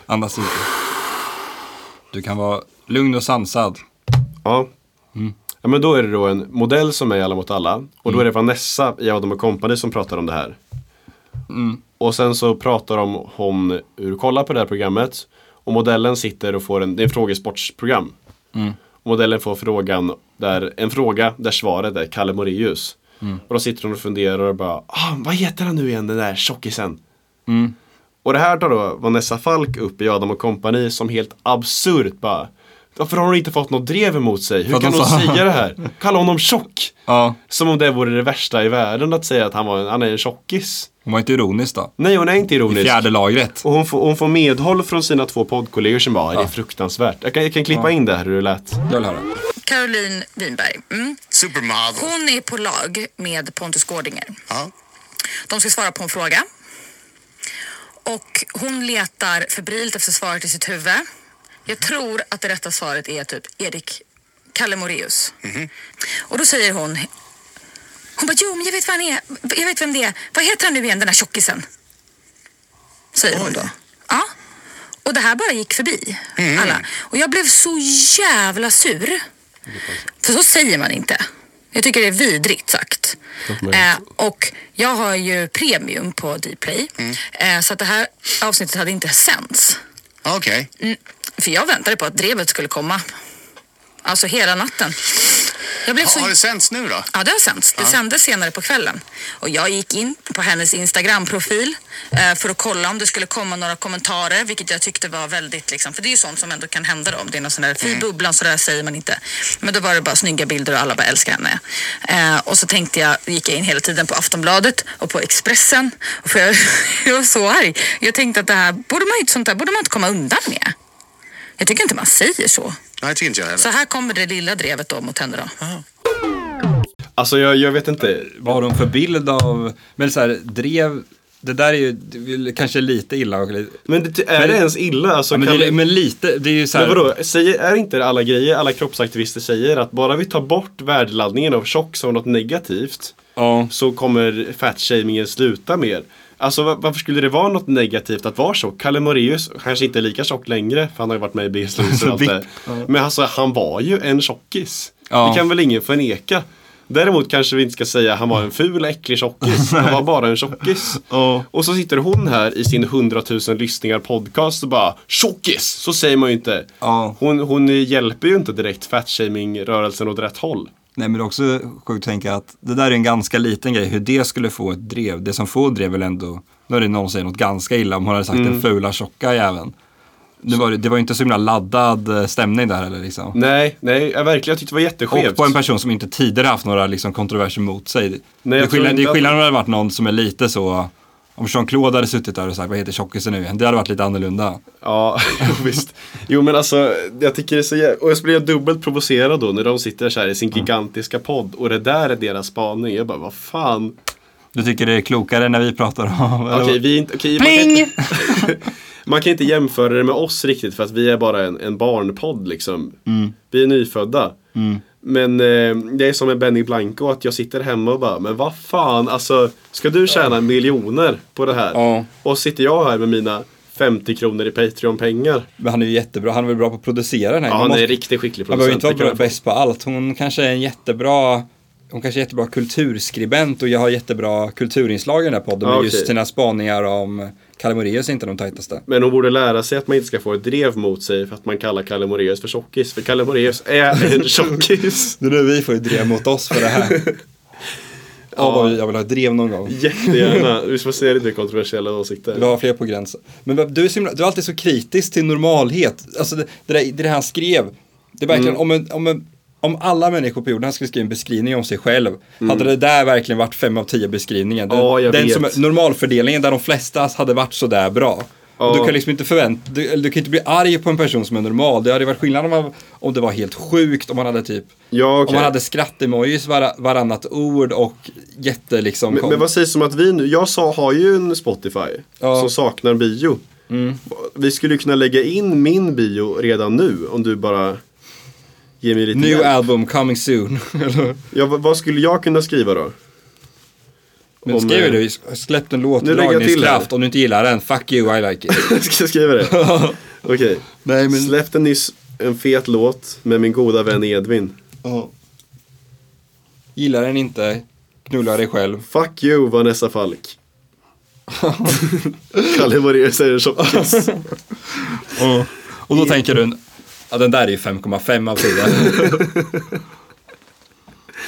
C: Andas ut. Du kan vara lugn och sansad.
D: Ja. ja. Men då är det då en modell som är i Alla mot alla. Och då är det Vanessa i Adam och Company som pratar om det här. Och sen så pratar de om hon hur kollar på det här programmet. Och modellen sitter och får en, det är ett frågesportsprogram.
C: Mm.
D: Och modellen får frågan där, en fråga där svaret är Kalle Moraeus.
C: Mm.
D: Och då sitter hon och funderar och bara, ah, vad heter han nu igen den där tjockisen?
C: Mm.
D: Och det här tar då Vanessa Falk upp i Adam och Company som helt absurt bara Varför har hon inte fått något drev emot sig? Hur
C: att
D: kan
C: hon
D: hon
C: sa-
D: säga det här? Kalla honom tjock!
C: Ja,
D: Som om det vore det värsta i världen att säga att han, var en, han är en tjockis.
C: hon var inte ironisk då.
D: Nej, hon är inte
C: I
D: ironisk.
C: fjärde lagret.
D: Och hon får, hon får medhåll från sina två poddkollegor som bara, det är fruktansvärt. Jag kan, jag kan klippa in det här hur det lät.
C: Jag vill höra.
G: Caroline Winberg. Mm.
H: Supermodel.
G: Hon är på lag med Pontus Gårdinger.
H: Ja.
G: De ska svara på en fråga. Och hon letar febrilt efter svaret i sitt huvud.
H: Mhm.
G: Jag tror att det rätta svaret är typ Erik Kalle Moraeus.
H: Mhm.
G: Och då säger hon... Hon bara, jo men jag vet, vad han är. jag vet vem det är. Vad heter han nu igen, den här tjockisen? Säger hon då. Ja. Och det här bara gick förbi
H: Mhm.
G: alla. Och jag blev så jävla sur. För så säger man inte. Jag tycker det är vidrigt sagt. Eh, och jag har ju premium på Dplay.
H: Mm.
G: Eh, så att det här avsnittet hade inte sänts.
H: Okej.
G: Mm, för jag väntade på att drevet skulle komma. Alltså hela natten. Jag blev
H: Ha-
G: så...
H: Har det sänts nu då?
G: Ja, det har sänts. Det sändes senare på kvällen. Och jag gick in på hennes Instagram-profil eh, för att kolla om det skulle komma några kommentarer, vilket jag tyckte var väldigt liksom, för det är ju sånt som ändå kan hända då, om det är någon sån där fy bubblan så där säger man inte. Men då var det bara snygga bilder och alla bara älskar henne. Eh, och så tänkte jag, gick jag in hela tiden på Aftonbladet och på Expressen. För jag, jag var så arg. Jag tänkte att det här borde man ju inte, sånt där borde man inte komma undan med. Jag tycker inte man säger så.
H: Nej, det tycker inte jag heller.
G: Så här kommer det lilla drevet då mot henne då.
D: Alltså jag, jag vet inte.
C: Vad har de för bild av... Men så här, drev... Det där är ju det är väl kanske lite illa. Och lite...
D: Men det, är
C: Men-
D: det ens illa? Alltså,
C: Ja, men,
D: kan
C: det,
D: vi-
C: är- men lite, det är ju så här...
D: Men vadå, säger, är inte alla grejer alla kroppsaktivister säger att bara vi tar bort värdeladdningen av tjock som något negativt
C: Ja.
D: så kommer fatshamingen sluta mer. Alltså va- varför skulle det vara något negativt att vara tjock? Kalle Moraeus kanske inte är lika tjock längre för han har ju varit med i Biggest
C: Alltså,
D: Loser och allt det här. Men alltså han var ju en tjockis.
C: Ja.
D: Det kan väl ingen förneka. Däremot kanske vi inte ska säga att han var en ful äcklig tjockis. Han var bara en tjockis.
C: Ja.
D: Och så sitter hon här i sin 100 000 lyssningar podcast och bara tjockis! Så säger man ju inte.
C: Ja.
D: Hon, hon hjälper ju inte direkt fatshaming-rörelsen åt rätt håll.
C: Nej men det är också sjukt att tänka att det där är en ganska liten grej, hur det skulle få ett drev. Det som får ett drev är väl ändå, nu är det någon som säger något ganska illa, om hon hade sagt den
D: Mm.
C: fula tjocka jäveln. Det var, det var ju inte så himla laddad eh, stämning där eller liksom.
D: Nej, nej, jag verkligen. Jag tyckte det var jätteskevt.
C: Och på en person som inte tidigare haft några liksom, kontroverser mot sig.
D: jag
C: det är
D: tror
C: skillnad,
D: inte
C: det är
D: att-
C: skillnad om det hade varit någon som är lite så, Om Jean-Claude hade suttit där och sagt vad heter tjockisen nu igen? Det hade varit lite annorlunda.
D: Ja, jo, visst. Jo men alltså, jag tycker det är så jä- Och så blir jag dubbelt provocerad då när de sitter så här i sin gigantiska podd och det där är deras spaning. Jag bara, vad fan.
C: Du tycker det är klokare när vi pratar om... eller
D: Okej,
C: vad?
D: vi är inte... okej, man kan
G: Pling!
D: inte- Man kan inte jämföra det med oss riktigt för att vi är bara en, en barnpodd liksom. Vi är nyfödda. Men eh, det är som med Benny Blanco att jag sitter hemma och bara, men vad fan, alltså ska du tjäna miljoner på det här?
C: Ja.
D: Och sitter jag här med mina 50 kronor i Patreon-pengar.
C: Men han är ju jättebra, han är väl bra på att producera den här.
D: Ja,
C: Man
D: han är
C: måste-
D: en riktigt skicklig
C: Han behöver
D: producent.
C: inte vara
D: det kan
C: bra,
D: jag-
C: bäst på allt. Hon kanske är en jättebra hon kanske är jättebra kulturskribent och jag har jättebra kulturinslag i den här podden.
D: Ja,
C: men
D: okej.
C: just sina spaningar om Kalle Moraeus är inte de tajtaste.
D: Men hon borde lära sig att man inte ska få ett drev mot sig för att man kallar Kalle Moraeus för tjockis. För Kalle Moraeus är en tjockis.
C: Nu är vi får ju drev mot oss för det här. ja, vad vi- jag vill ha ett drev någon gång.
D: Jättegärna. Vi får se lite kontroversiella åsikter.
C: Jag vill ha fler på gränsen. Men vad- du är, så himla, du är alltid så kritisk till normalhet. Alltså det, det, där, det där han skrev. Det är
D: Mm.
C: verkligen, om, en, om, en, om alla människor på jorden skulle skriva en beskrivning om sig själv. Hade det där verkligen varit fem av tio beskrivningar. Den,
D: Mm. Ja, jag
C: den
D: vet.
C: som är- normalfördelningen där de flesta hade varit sådär bra. Och Du kan liksom inte förvänta du, eller du kan inte bli arg på en person som är normal. Det hade ju varit skillnad om, man, om det var helt sjukt, om man hade typ
D: Ja, okej.
C: Om man hade skratt-emojis var, varannat ord och jätte liksom
D: Men,
C: kom-
D: men vad sägs om att vi nu, jag sa, har ju en Spotify
C: Ja.
D: som saknar bio. Mm. Vi skulle ju kunna lägga in min bio redan nu om du bara ger mig lite
C: New
D: hjälp.
C: album coming soon. Eller-
D: ja, vad, vad skulle jag kunna skriva då?
C: Men
D: Om,
C: skriver
D: eh,
C: du släppt en låt,
D: Nu lägger jag till
C: dragningskraft,
D: här.
C: om du inte gillar den, fuck you, I like it.
D: Ska jag skriva det? Okej.
C: Nej, men-
D: Släppte nyss en fet låt med min goda vän Edvin.
C: Gillar den inte, knulla dig själv.
D: Fuck you Vanessa Falk. Kalle Moraeus säger som
C: Och då tänker du, ja den där är ju 5,5 av 10.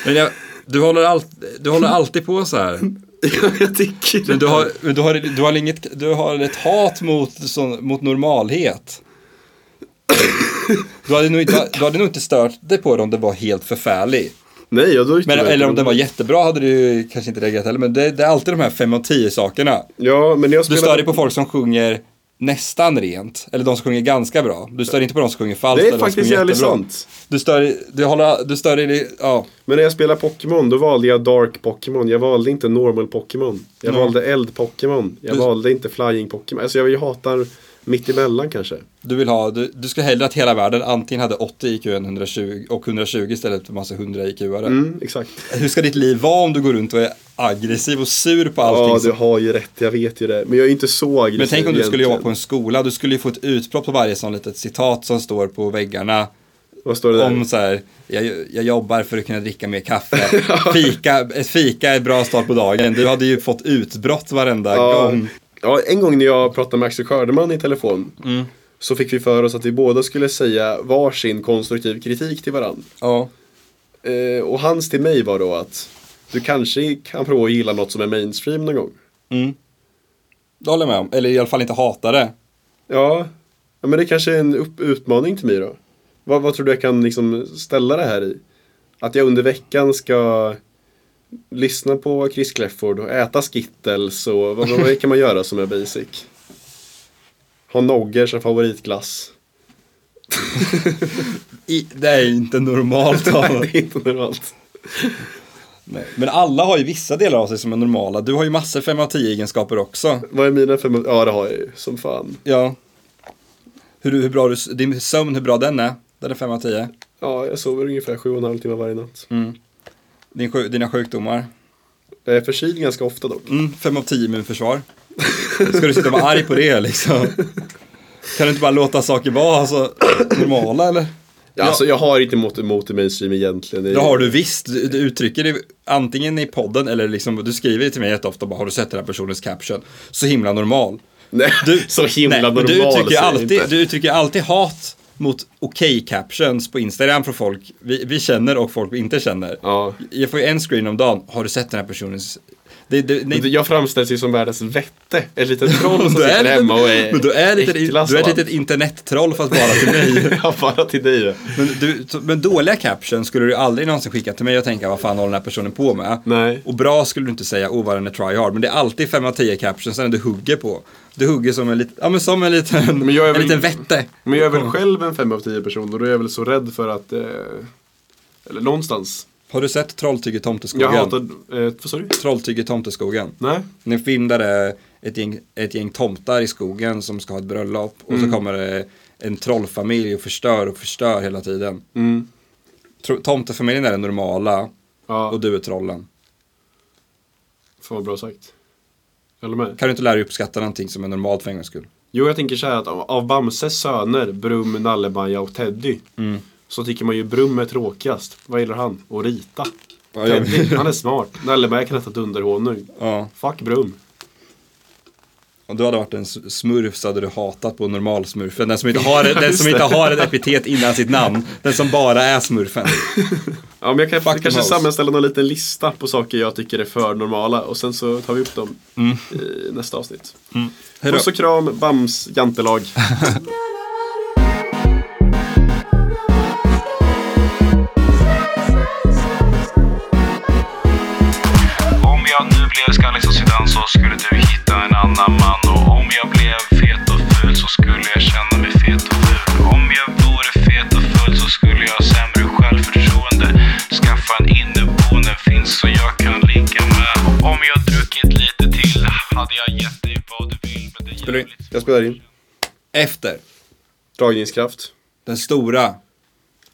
C: Men jag, du, håller allt, du håller alltid på så här.
D: Ja, jag tycker det.
C: Men du har, men du har, du har, inget, du har ett hat mot, sån, mot normalhet. Du hade, nog inte, du hade nog inte stört dig på det om det var helt förfärlig.
D: Nej, jag då
C: Men, eller om den var jättebra hade du ju kanske inte reagerat heller. Men det, det är alltid de här 5 av 10 sakerna.
D: Ja, men jag
C: Du
D: spelar...
C: stör dig på folk som sjunger nästan rent, eller de som sjunger ganska bra. Du stör dig inte på de som sjunger falskt
D: Det är
C: eller de som
D: faktiskt
C: sjunger
D: jävligt
C: jättebra.
D: sant.
C: Du stör, dig- du, håller, du stör dig, ja.
D: Men när jag spelade Pokémon, då valde jag Dark Pokémon. Jag valde inte Normal Pokémon. Jag
C: Nej.
D: valde Eld Pokémon. Jag
C: Du-
D: valde inte Flying Pokémon. Alltså jag hatar mitt emellan kanske.
C: Du vill ha, du, du ska hellre att hela världen antingen hade 80 IQ än 120 och 120 istället för massa 100 IQ-are.
D: Mm, exakt.
C: Hur ska ditt liv vara om du går runt och är aggressiv och sur på allting?
D: Ja,
C: som-
D: du har ju rätt. Jag vet ju det. Men jag är inte så aggressiv
C: Men tänk om du skulle
D: egentligen.
C: jobba på en skola, du skulle ju få ett utbrott på varje sån litet citat som står på väggarna.
D: Vad står det där?
C: Om så här, jag, jag jobbar för att kunna dricka mer kaffe. Fika, ett fika är en bra start på dagen. Du hade ju fått utbrott varenda
D: Ja.
C: gång.
D: ja, en gång när jag pratade med Axel Skördeman i telefon. Så fick vi för oss att vi båda skulle säga varsin konstruktiv kritik till varandra.
C: Ja.
D: Eh, och hans till mig var då att du kanske kan prova att gilla något som är mainstream någon gång.
C: Det håller jag med om. Eller i alla fall inte hata det.
D: Ja, ja men det kanske är en upp- utmaning till mig då. Vad, vad tror du jag kan liksom ställa det här i? Att jag under veckan ska lyssna på Chris Clefford och äta Skittles och vad, vad kan man göra som är basic? Ha Nogger som favoritglass.
C: I, det är ju inte normalt. av-
D: Nej, det är inte normalt.
C: Nej. Men alla har ju vissa delar av sig som är normala. Du har ju massor 5 av 10 egenskaper också.
D: Vad är mina fem... Ja, det har jag ju. Som fan.
C: Ja. Hur, du- hur bra du, din sömn, hur bra den är. Den är 5 av 10.
D: Ja, jag sover ungefär sju och en halv timme varje natt.
C: Mm. Din, sju- dina sjukdomar.
D: Jag är förkyld ganska ofta dock.
C: Mm, 5 av 10 immunförsvar. Ska du sitta och vara arg på det liksom? Kan du inte bara låta saker vara alltså, normala eller?
D: Ja, alltså, jag har inte emot, emot mainstream egentligen. Det är-
C: Det har du visst, du, du uttrycker det antingen i podden eller liksom, du skriver ju till mig jätteofta bara har du sett den här personens caption? Så himla normal.
D: Nej,
C: Du,
D: så himla
C: nej, men
D: normal
C: du uttrycker, ju
D: säger jag
C: alltid,
D: inte.
C: du uttrycker alltid hat mot okej-captions på Instagram från folk vi, vi känner och folk vi inte känner.
D: Ja.
C: Jag får ju en screen om dagen, har du sett den här personens Det, det, nej,
D: Men Jag framställs ju som världens vette. Ett litet troll som
C: du är
D: sitter
C: lite-
D: hemma och är alltså.
C: men du är lite,
D: äcklad
C: du är
D: som
C: ett litet internettroll fast bara till mig.
D: allt. Ja, bara till dig. ja.
C: Men, du, men dåliga captions skulle du aldrig någonsin skicka till mig och tänka vad fan håller den här personen på med?
D: Nej.
C: Och bra skulle du inte säga, oh vad den är try hard. Men det är alltid 5 av 10 captions som du hugger på. Du hugger som en, lit, ja, men som en liten,
D: Men jag är
C: en
D: väl-
C: liten vette.
D: Men jag är väl själv en fem av tio person och då är jag väl så rädd för att... Eh, eller någonstans.
C: Har du sett Trolltyget
D: Jag
C: Tomteskogen?
D: hatar... Eh, vad sa du?
C: Trolltyget Tomteskogen.
D: Nej?
C: Det är en film där det är ett gäng, ett gäng tomtar i skogen som ska ha ett bröllop. Och så kommer det en trollfamilj och förstör och förstör hela tiden.
D: Mm.
C: Tro- Tomtefamiljen är den normala
D: Ja,
C: och du är trollen.
D: fan vad bra sagt. Jag håller med.
C: Kan du inte lära dig uppskatta någonting som är normalt för en gångs skull?
D: Jo, jag tänker så här att av, av Bamses söner, Brum, Nallemaja och Teddy. Så tycker man ju Brum är tråkigast. Vad gillar han? Att rita.
C: Ja, jag-
D: Teddy, han är smart. Nallemaja kan äta dunderhonung.
C: Ja,
D: Fuck Brum.
C: om du hade varit en s- smurf så hade du hatat på normalsmurfen. Den som inte har, den som inte har ett epitet innan sitt namn. Den som bara är smurfen.
D: Ja, men jag kan
C: Fuck
D: kanske
C: the mouse.
D: sammanställa någon liten lista på saker jag tycker är för normala och sen så tar vi upp dem i nästa avsnitt.
C: Hej då.
D: Puss och kram, Bams jantelag.
B: Om jag nu blev skallig som Zidane så skulle du hitta en annan man Och om jag blev fet och ful så skulle jag känna mig fet och ful Om jag vore fet och ful så skulle jag ha sämre självförtroende Skaffa en inneboende finns så jag kan ligga med Och om jag druckit lite till hade jag gett dig vad du vill Men det är
C: Spelar in.
B: jävligt
D: Jag spelar in.
C: Efter
D: Dragningskraft,
C: den stora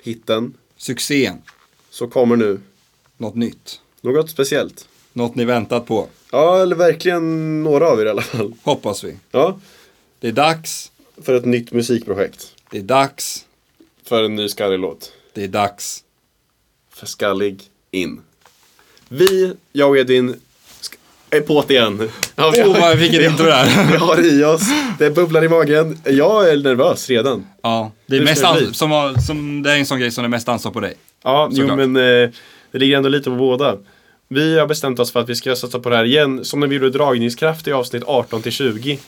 D: hitten.
C: succén,
D: Så kommer nu
C: något nytt.
D: något speciellt.
C: Något ni väntat på,
D: Ja, eller verkligen några av er i alla fall.
C: hoppas vi.
D: Ja,
C: Det är dags,
D: för ett nytt musikprojekt.
C: det är dags,
D: För en ny skallig låt.
C: det är dags.
D: För skallig in. Vi, jag och Edvin, sk- är på det igen. Ja, vi
C: Åh,
D: har-
C: vad vilket intro det här.
D: Vi har i oss, det bubblar i magen. Jag är nervös redan.
C: Ja, det är,
D: Hur
C: mest
D: ska det
C: ans-
D: bli?
C: som, har- som, det är en sån grej som är mest ansvar på dig.
D: Ja, jo
C: Såklart.
D: men eh, det ligger ändå lite på båda. Vi har bestämt oss för att vi ska satsa på det här igen. Som när vi gjorde dragningskraft i avsnitt 18 till 20.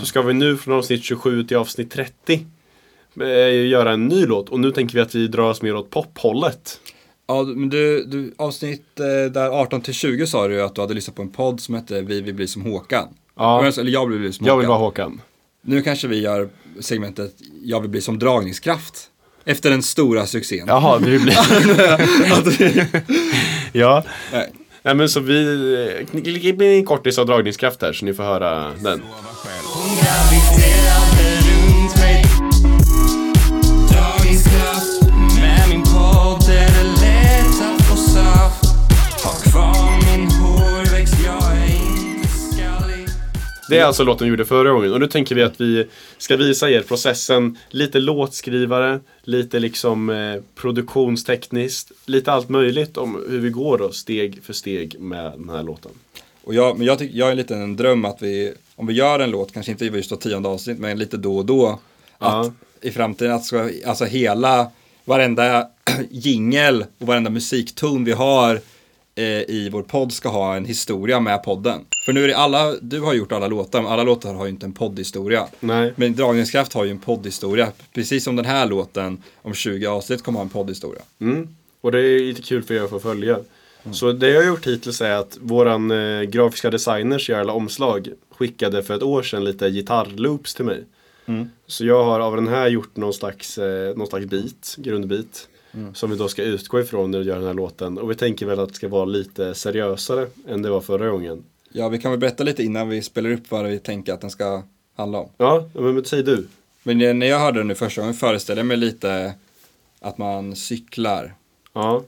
D: Så ska vi nu från avsnitt 27 till avsnitt 30 eh, göra en ny låt. Och nu tänker vi att vi drar oss mer åt pophållet.
C: Ja, men du, du avsnitt eh, där 18 till 20 sa du ju att du hade lyssnat på en podd som hette Vi vill bli som Håkan.
D: Ja,
C: Eller jag vill bli som
D: jag
C: Håkan.
D: vill vara Håkan.
C: Nu kanske vi gör segmentet Jag vill bli som dragningskraft. Efter den stora succén.
D: Jaha, du blir... ja.
C: Nej.
D: Nej men så vi... Ge mig en kortis av dragningskraft här så ni får höra den. Det är alltså låten vi gjorde förra gången och nu tänker vi att vi ska visa er processen. Lite låtskrivare, lite liksom eh, produktionstekniskt, lite allt möjligt om hur vi går då steg för steg med den här låten.
C: Och jag, men jag, tycker, jag är lite en dröm att vi, om vi gör en låt, kanske inte just då tionde avsnitt, men lite då och då. Att
D: Ja.
C: i framtiden, att ska, alltså hela, varenda jingel och varenda musikton vi har eh, i vår podd ska ha en historia med podden. För nu är det alla, du har gjort alla låtar, men alla låtar har ju inte en poddhistoria.
D: Nej.
C: Men Dragningskraft har ju en poddhistoria, precis som den här låten om 20 avsnitt kommer ha en poddhistoria.
D: Och det är lite kul för er att få följa.
C: Mm.
D: Så det jag har gjort hittills är att våran eh, grafiska designer som gör alla omslag skickade för ett år sedan lite gitarrloops till mig.
C: Mm.
D: Så jag har av den här gjort någon slags, eh, någon slags bit, grundbit.
C: Mm.
D: Som vi då ska utgå ifrån när vi gör den här låten. Och vi tänker väl att det ska vara lite seriösare än det var förra gången.
C: Ja, vi kan väl berätta lite innan vi spelar upp vad vi tänker att den ska handla om.
D: Ja, men men säg du.
C: Men när- när jag hörde den nu första gången föreställde jag mig lite att man cyklar
D: Ja.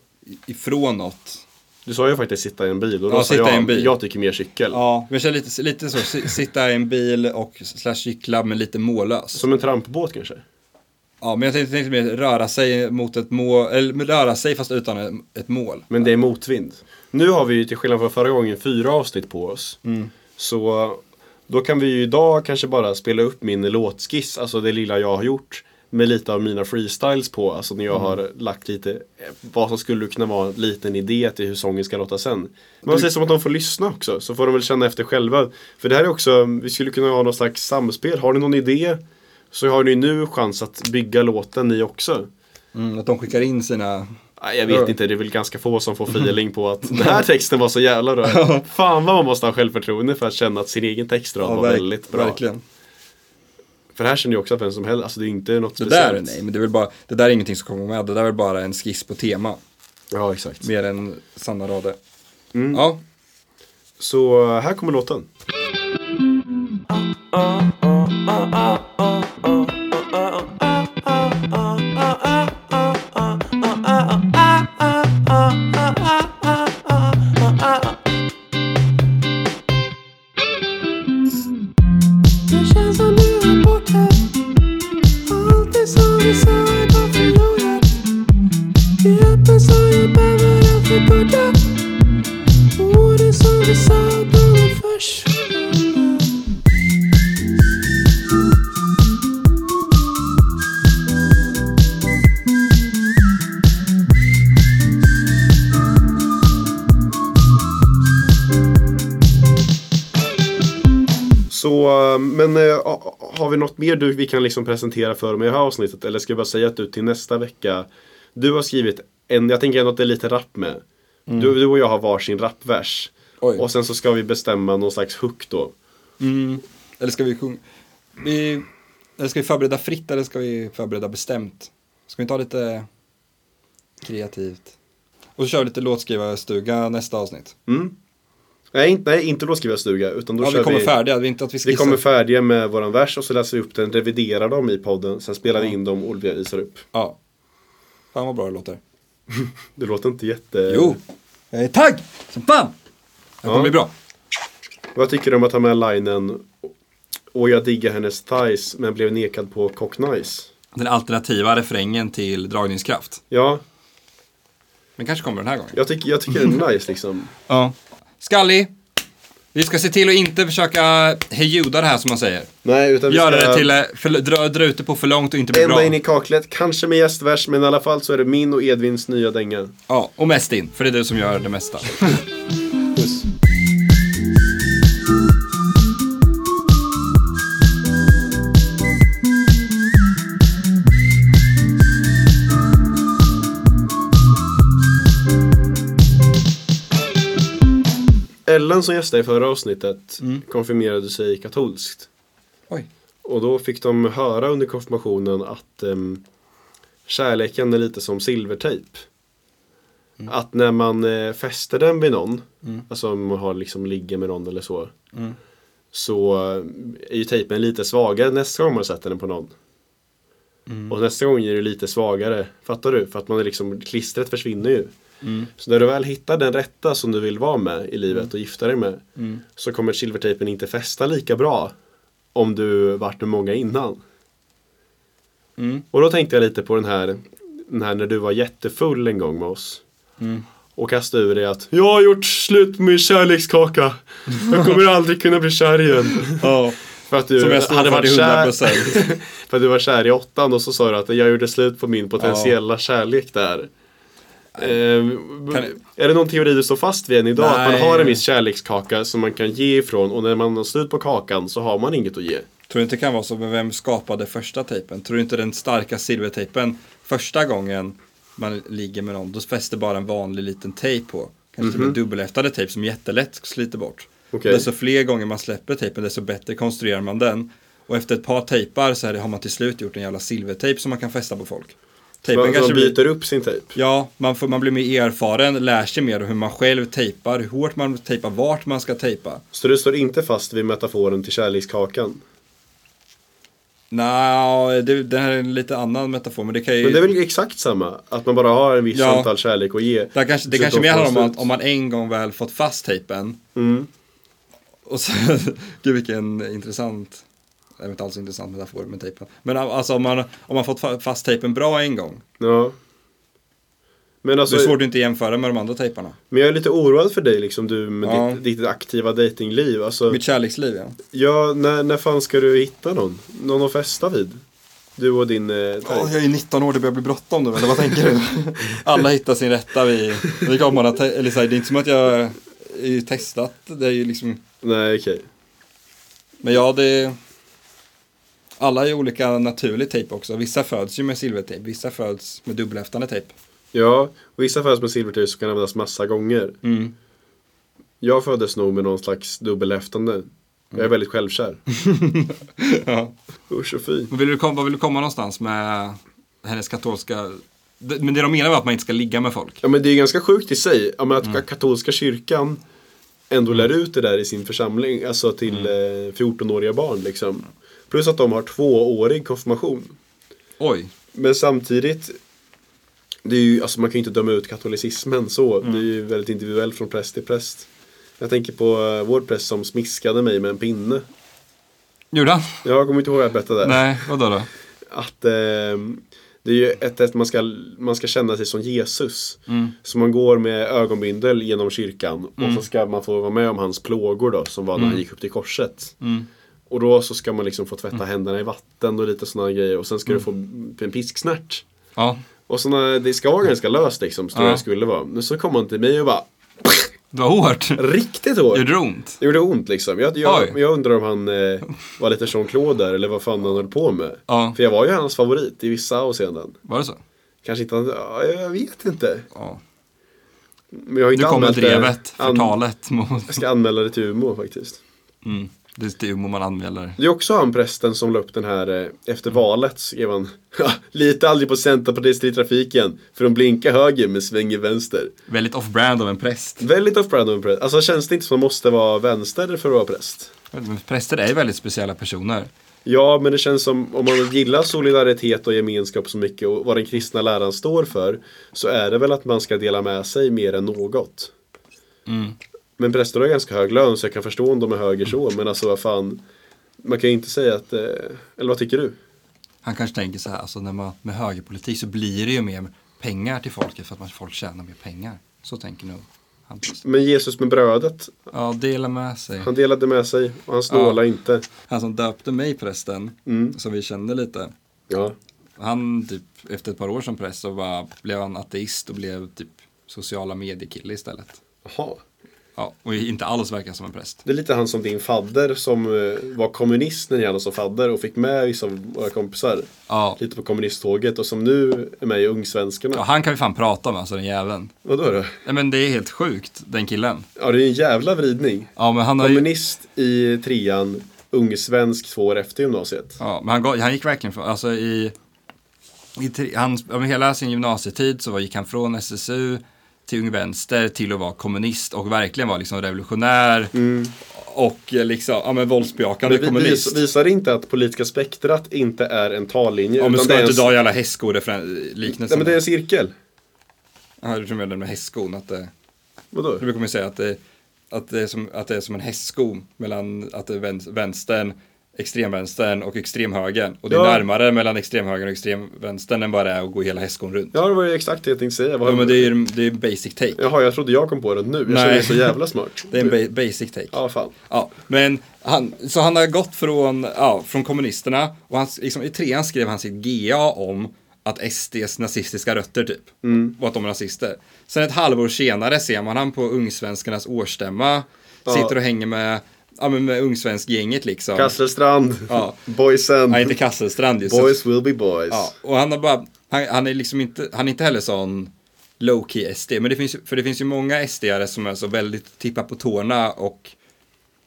C: ifrån något.
D: Du sa ju faktiskt sitta i en bil och då
C: Ja,
D: sa
C: sitta
D: jag,
C: i en bil.
D: jag tycker mer cykel.
C: Ja, men jag känner lite, lite så, si- sitta i en bil och slash cykla men lite mållös.
D: Som en trampbåt kanske.
C: Ja, men jag tänkte, tänkte mer röra sig mot ett mål, eller röra sig fast utan ett mål.
D: Men det är motvind. Nu har vi ju till skillnad från förra gången fyra avsnitt på oss. Så då kan vi ju idag kanske bara spela upp min låtskiss, alltså det lilla jag har gjort. med lite av mina freestyles på. Alltså när jag har lagt lite eh, vad som skulle kunna vara en liten idé till hur sången ska låta sen. Men det sägs som att de får lyssna också så får de väl känna efter själva. För det här är också, vi skulle kunna ha någon slags samspel. Har ni någon idé så har ni nu chans att bygga låten ni också.
C: Mm, att de skickar in sina...
D: Nej, jag vet inte, det är väl ganska få som
C: Mm.
D: får feeling på att den här texten var så jävla bra. Fan vad man måste ha självförtroende för att känna att sin egen textrad var
C: verk-
D: väldigt bra.
C: Verkligen.
D: För här känner jag också att vem som helst, alltså det är inte något
C: Det
D: speciellt.
C: där är nej, men det är väl bara, det där är ingenting som kommer med. Det där är väl bara en skiss på tema.
D: Ja, exakt.
C: Mer än sanna rader. Ja,
D: Så här kommer låten.
I: Det känns som du är borta Allt det som vi sa är gått förlorat Greppet som jag behöver att förkorta Orden som vi sa, de är försvunna
D: Så, eh, men eh, a- a- har vi något mer du, vi kan liksom presentera för dem i det här avsnittet? Eller ska jag bara säga att du till nästa vecka, du har skrivit en, jag tänker ändå att det är lite rap med. Du, du och jag har varsin rapvers.
C: Mm. Oj.
D: Och sen så ska vi bestämma någon slags hook då.
C: eller ska vi sjunga? Vi, eller ska vi förbereda fritt eller ska vi förbereda bestämt? Ska vi ta lite kreativt? Och så kör vi lite låtskrivarstuga nästa avsnitt.
D: Nej, inte, nej, inte låtskrivarstuga, utan då
C: ja,
D: kör
C: vi kommer
D: vi...
C: färdiga, det är inte att vi skissar.
D: Vi kommer färdiga med våran vers och så läser vi upp den, reviderar dem i podden, sen spelar vi in dem och vi visar upp.
C: Ja. Fan vad bra det
D: Eh.
C: låter.
D: Det låter inte jätte...
C: Jo, jag är tagg som fan. Det kommer
D: Ja.
C: bli bra.
D: Vad tycker du om att ta med linen och jag diggar hennes thighs men blev nekad på cock nice?
C: Den alternativa refrängen till dragningskraft.
D: Ja,
C: Men kanske kommer den här gången.
D: jag, tycker jag tycker det är nice liksom.
C: Ja. Skallig. Vi ska se till att inte försöka hejuda det här som man säger.
D: Nej, utan vi
C: Göra
D: ska
C: det till, eh, för, dra, dra ut det på för långt och inte bli bra.
D: ända in i kaklet, kanske med gästvers men i alla fall så är det min och Edvins nya dänga.
C: Ja, och mest in, för det är du som gör det mesta.
D: Puss. Ellen som gästade i förra avsnittet
C: Mm.
D: konfirmerade sig katolskt.
C: Oj.
D: Och då fick de höra under konfirmationen att ehm, kärleken är lite som silvertejp. Att när man eh, fäster den vid någon, alltså om man har liksom ligger med någon eller så. Så eh, är ju tejpen lite svagare nästa gång man sätter den på någon. Och nästa gång är det lite svagare, fattar du? För att man är liksom, klistret försvinner ju. Så när du väl hittar den rätta som du vill vara med i livet och gifta dig med. Så kommer silvertejpen inte fästa lika bra om du vart med många innan.
C: Mm.
D: Och då tänkte jag lite på den här, den här när du var jättefull en gång med oss.
C: Mm.
D: Och kastade ur dig att jag har gjort slut med min kärlekskaka. Jag kommer aldrig kunna bli kär igen.
C: Ja.
D: För att du
C: Som jag står
D: hade
C: för
D: varit
C: till
D: kär,
C: 100%.
D: för att du var kär i åttan och så sa du att jag gjorde slut på min potentiella kärlek där. Ehm,
C: Kan-
D: Är det någon teori du står fast vid än idag? Att
C: Nej.
D: man har en viss kärlekskaka som man kan ge ifrån och när man har slut på kakan så har man inget att ge.
C: Tror du inte det kan vara så med vem skapade första tejpen? Tror du inte den starka silvertejpen första gången man ligger med någon, då fäster bara en vanlig liten tejp på. Kanske till och med dubbelhäftade tejp som jättelätt sliter bort.
D: Mhm. Okej.
C: Desto fler gånger man släpper tejpen, desto bättre konstruerar man den. Och efter ett par tejpar så är det, har man till slut gjort en jävla silvertejp som man kan fästa på folk. Tejpen
D: Man, man
C: kanske blir-
D: byter upp sin typ? tejp.
C: Ja, man, får, man blir mer erfaren, lär sig mer om hur man själv tejpar, hur hårt man tejpar, vart man ska tejpa.
D: Så du står inte fast vid metaforen till kärlekskakan?
C: Nej, det, det här är en lite annan metafor, men det kan ju...
D: Men det är väl exakt samma? Att man bara har en viss
C: Eh. Ja.
D: antal kärlek att ge.
C: Det här kanske, det
D: Så
C: kanske
D: de
C: mer
D: får
C: handlar om att
D: slut.
C: om man en gång väl fått fast tejpen.
D: Mm.
C: Och så, gud vilken intressant, det är inte alls intressant metafor med tejpen. Men alltså om man, om man fått fa- fast tejpen bra en gång.
D: Ja. Men
C: Så
D: alltså,
C: det är svårt att inte jämföra med de andra tejparna.
D: men jag är lite oroad för dig liksom du med
C: Ja.
D: ditt, ditt aktiva datingliv. Alltså,
C: Mitt kärleksliv ja.
D: ja, när, när fan ska du hitta någon? Någon att festa vid? Du och din eh,
C: Ja,
D: tajt.
C: jag är 19 år, det börjar bli bråttom nu, eller vad tänker du? Alla hittar sin rätta vid, vid kameran. Te- Eller så här, det är inte som att jag är ju testat, det är ju liksom,
D: Nej, okej.
C: men ja det alla är olika naturlig tejp också. Vissa föds ju med silvertejp, vissa föds med dubbelhäftande tejp.
D: Ja, vissa föds med silvertejp som kan användas massa gånger. Jag föddes nog med någon slags dubbelhäftande. Jag är väldigt självkär.
C: Ja.
D: Usch och fy.
C: Vill du kom, vad vill du komma någonstans med hennes katolska... Det- Men det de menar var att man inte ska ligga med folk.
D: Ja men det är ju ganska sjukt i sig. Ja, men att katolska kyrkan ändå lär ut det där i sin församling. Alltså till eh, 14-åriga barn liksom. Plus att de har tvåårig konfirmation.
C: Oj.
D: Men samtidigt. Det är ju, alltså man kan ju inte döma ut katolicismen så. Det är ju väldigt individuellt från präst till präst. Jag tänker på eh, vår präst som smiskade mig med en pinne.
C: Gjorde han?
D: Jag kommer inte ihåg att jag berättade det.
C: Nej, vadå då?
D: Att eh, det är ju ett sätt man ska, man ska känna sig som Jesus. Så man går med ögonbindel genom kyrkan och så ska man få vara med om hans plågor då som var när han gick upp till korset. Och då så ska man liksom få tvätta händerna i vatten och lite sådana grejer och sen ska du få en pisksnärt.
C: Ja,
D: Och såna, det ska vara ganska löst liksom, så tror
C: Ja.
D: jag det skulle vara. Men så kom han till mig och bara
C: det var hårt.
D: riktigt hårt.
C: Gjorde det ont?
D: Det gjorde ont liksom. Jag,
C: Oj.
D: jag, jag undrar om han eh, var lite Jean-Claude där eller vad fan han höll på med.
C: Ja.
D: För jag var ju hans favorit i vissa avseenden.
C: Var det så?
D: Kanske inte, ja, jag vet inte.
C: Ja.
D: Men jag har
C: Nu
D: inte
C: kommer
D: anmält det.
C: drevet,
D: An-
C: förtalet
D: Jag
C: mot...
D: ska anmäla det till Umeå faktiskt.
C: Mm. Det är till Umeå man anmäler.
D: Det är också han prästen som la upp den här, eh, efter valet skrev han Lita aldrig på Centerpartister i trafiken, för de blinkar höger men svänger vänster.
C: Väldigt off-brand av en präst.
D: Väldigt off-brand av en präst. Alltså känns det inte som att man måste vara vänster för att vara präst?
C: Men Präster är ju väldigt speciella personer.
D: Ja, men det känns som om man gillar solidaritet och gemenskap så mycket och vad den kristna läran står för så är det väl att man ska dela med sig mer än något. Men präster har ganska hög lön så jag kan förstå om de är höger så, men alltså vad fan. Man kan ju inte säga att, eh, eller vad tycker du?
C: Han kanske tänker så här, alltså när man med högerpolitik så blir det ju mer pengar till folket för att man, folk tjänar mer pengar. Så tänker nog han.
D: Men Jesus med brödet,
C: Ja, dela med sig.
D: han delade med sig och han snålade inte.
C: Han som döpte mig prästen, som vi kände lite.
D: Ja.
C: Han typ, efter ett par år som präst så bara, blev han ateist och blev typ sociala mediekille istället.
D: Jaha.
C: Ja, och inte alls verkar som en präst.
D: Det är lite han som din fadder som eh, var kommunist när han som fadder och fick med vissa av våra kompisar
C: Ja.
D: lite på kommunisttåget och som nu är med i Ungsvenskarna.
C: ja, han kan vi fan prata med, alltså den jäveln.
D: Vadå då?
C: Nej men det är helt sjukt, den killen.
D: Ja, det är en jävla vridning.
C: Ja men han, har ju,
D: Kommunist i trean, ungsvensk två år efter gymnasiet.
C: ja, men han, gav, han gick verkligen från, alltså i, i tre- han, ja, men hela sin gymnasietid så var, gick han från SSU till Ung Vänster till att vara kommunist och verkligen var liksom revolutionär och eh, liksom, ja men våldsbejakande
D: Mm. Men vi,
C: kommunist.
D: vis, visar inte att politiska spektrat inte är en tallinje.
C: ja men
D: utan det,
C: slå
D: är
C: inte
D: en,
C: liksom.
D: nej,
C: idag i alla hästsko-liknelser.
D: men det är en cirkel.
C: Ja, du tror jag det med hästskon, att det,
D: Vadå?
C: du brukar man ju säga att det, att, det är som, att det är som en hästsko mellan att det är vän- vänstern, extremvänstern och extremhögern. Och det är
D: Ja.
C: närmare mellan extremhögern och extremvänstern än vad det är att gå hela hästskon runt.
D: Ja, det var ju exakt det jag tänkte säga. Vad
C: Ja, men det är ju det är basic take.
D: Jaha, jag trodde jag kom på det nu. Jag
C: Nej.
D: känner mig så jävla smart.
C: Det är en ba- basic take.
D: Ja, fan.
C: Ja, men han, så han har gått från, ja, från kommunisterna och han, liksom, i trean skrev han sitt GA om att SDs nazistiska rötter typ. Och att de är nazister. Sen ett halvår senare ser man han på Ungsvenskarnas årsstämma. Sitter och hänger med, ja, men med Ungsvenskgänget liksom.
D: Kasselstrand,
C: Ja.
D: boysen.
C: Nej, inte Kasselstrand just.
D: Boys will be boys.
C: Ja, och han har bara, han, han är liksom inte, han är inte heller sån low-key SD, men det finns ju, för det finns ju många SD-are som är så väldigt tippa på tårna och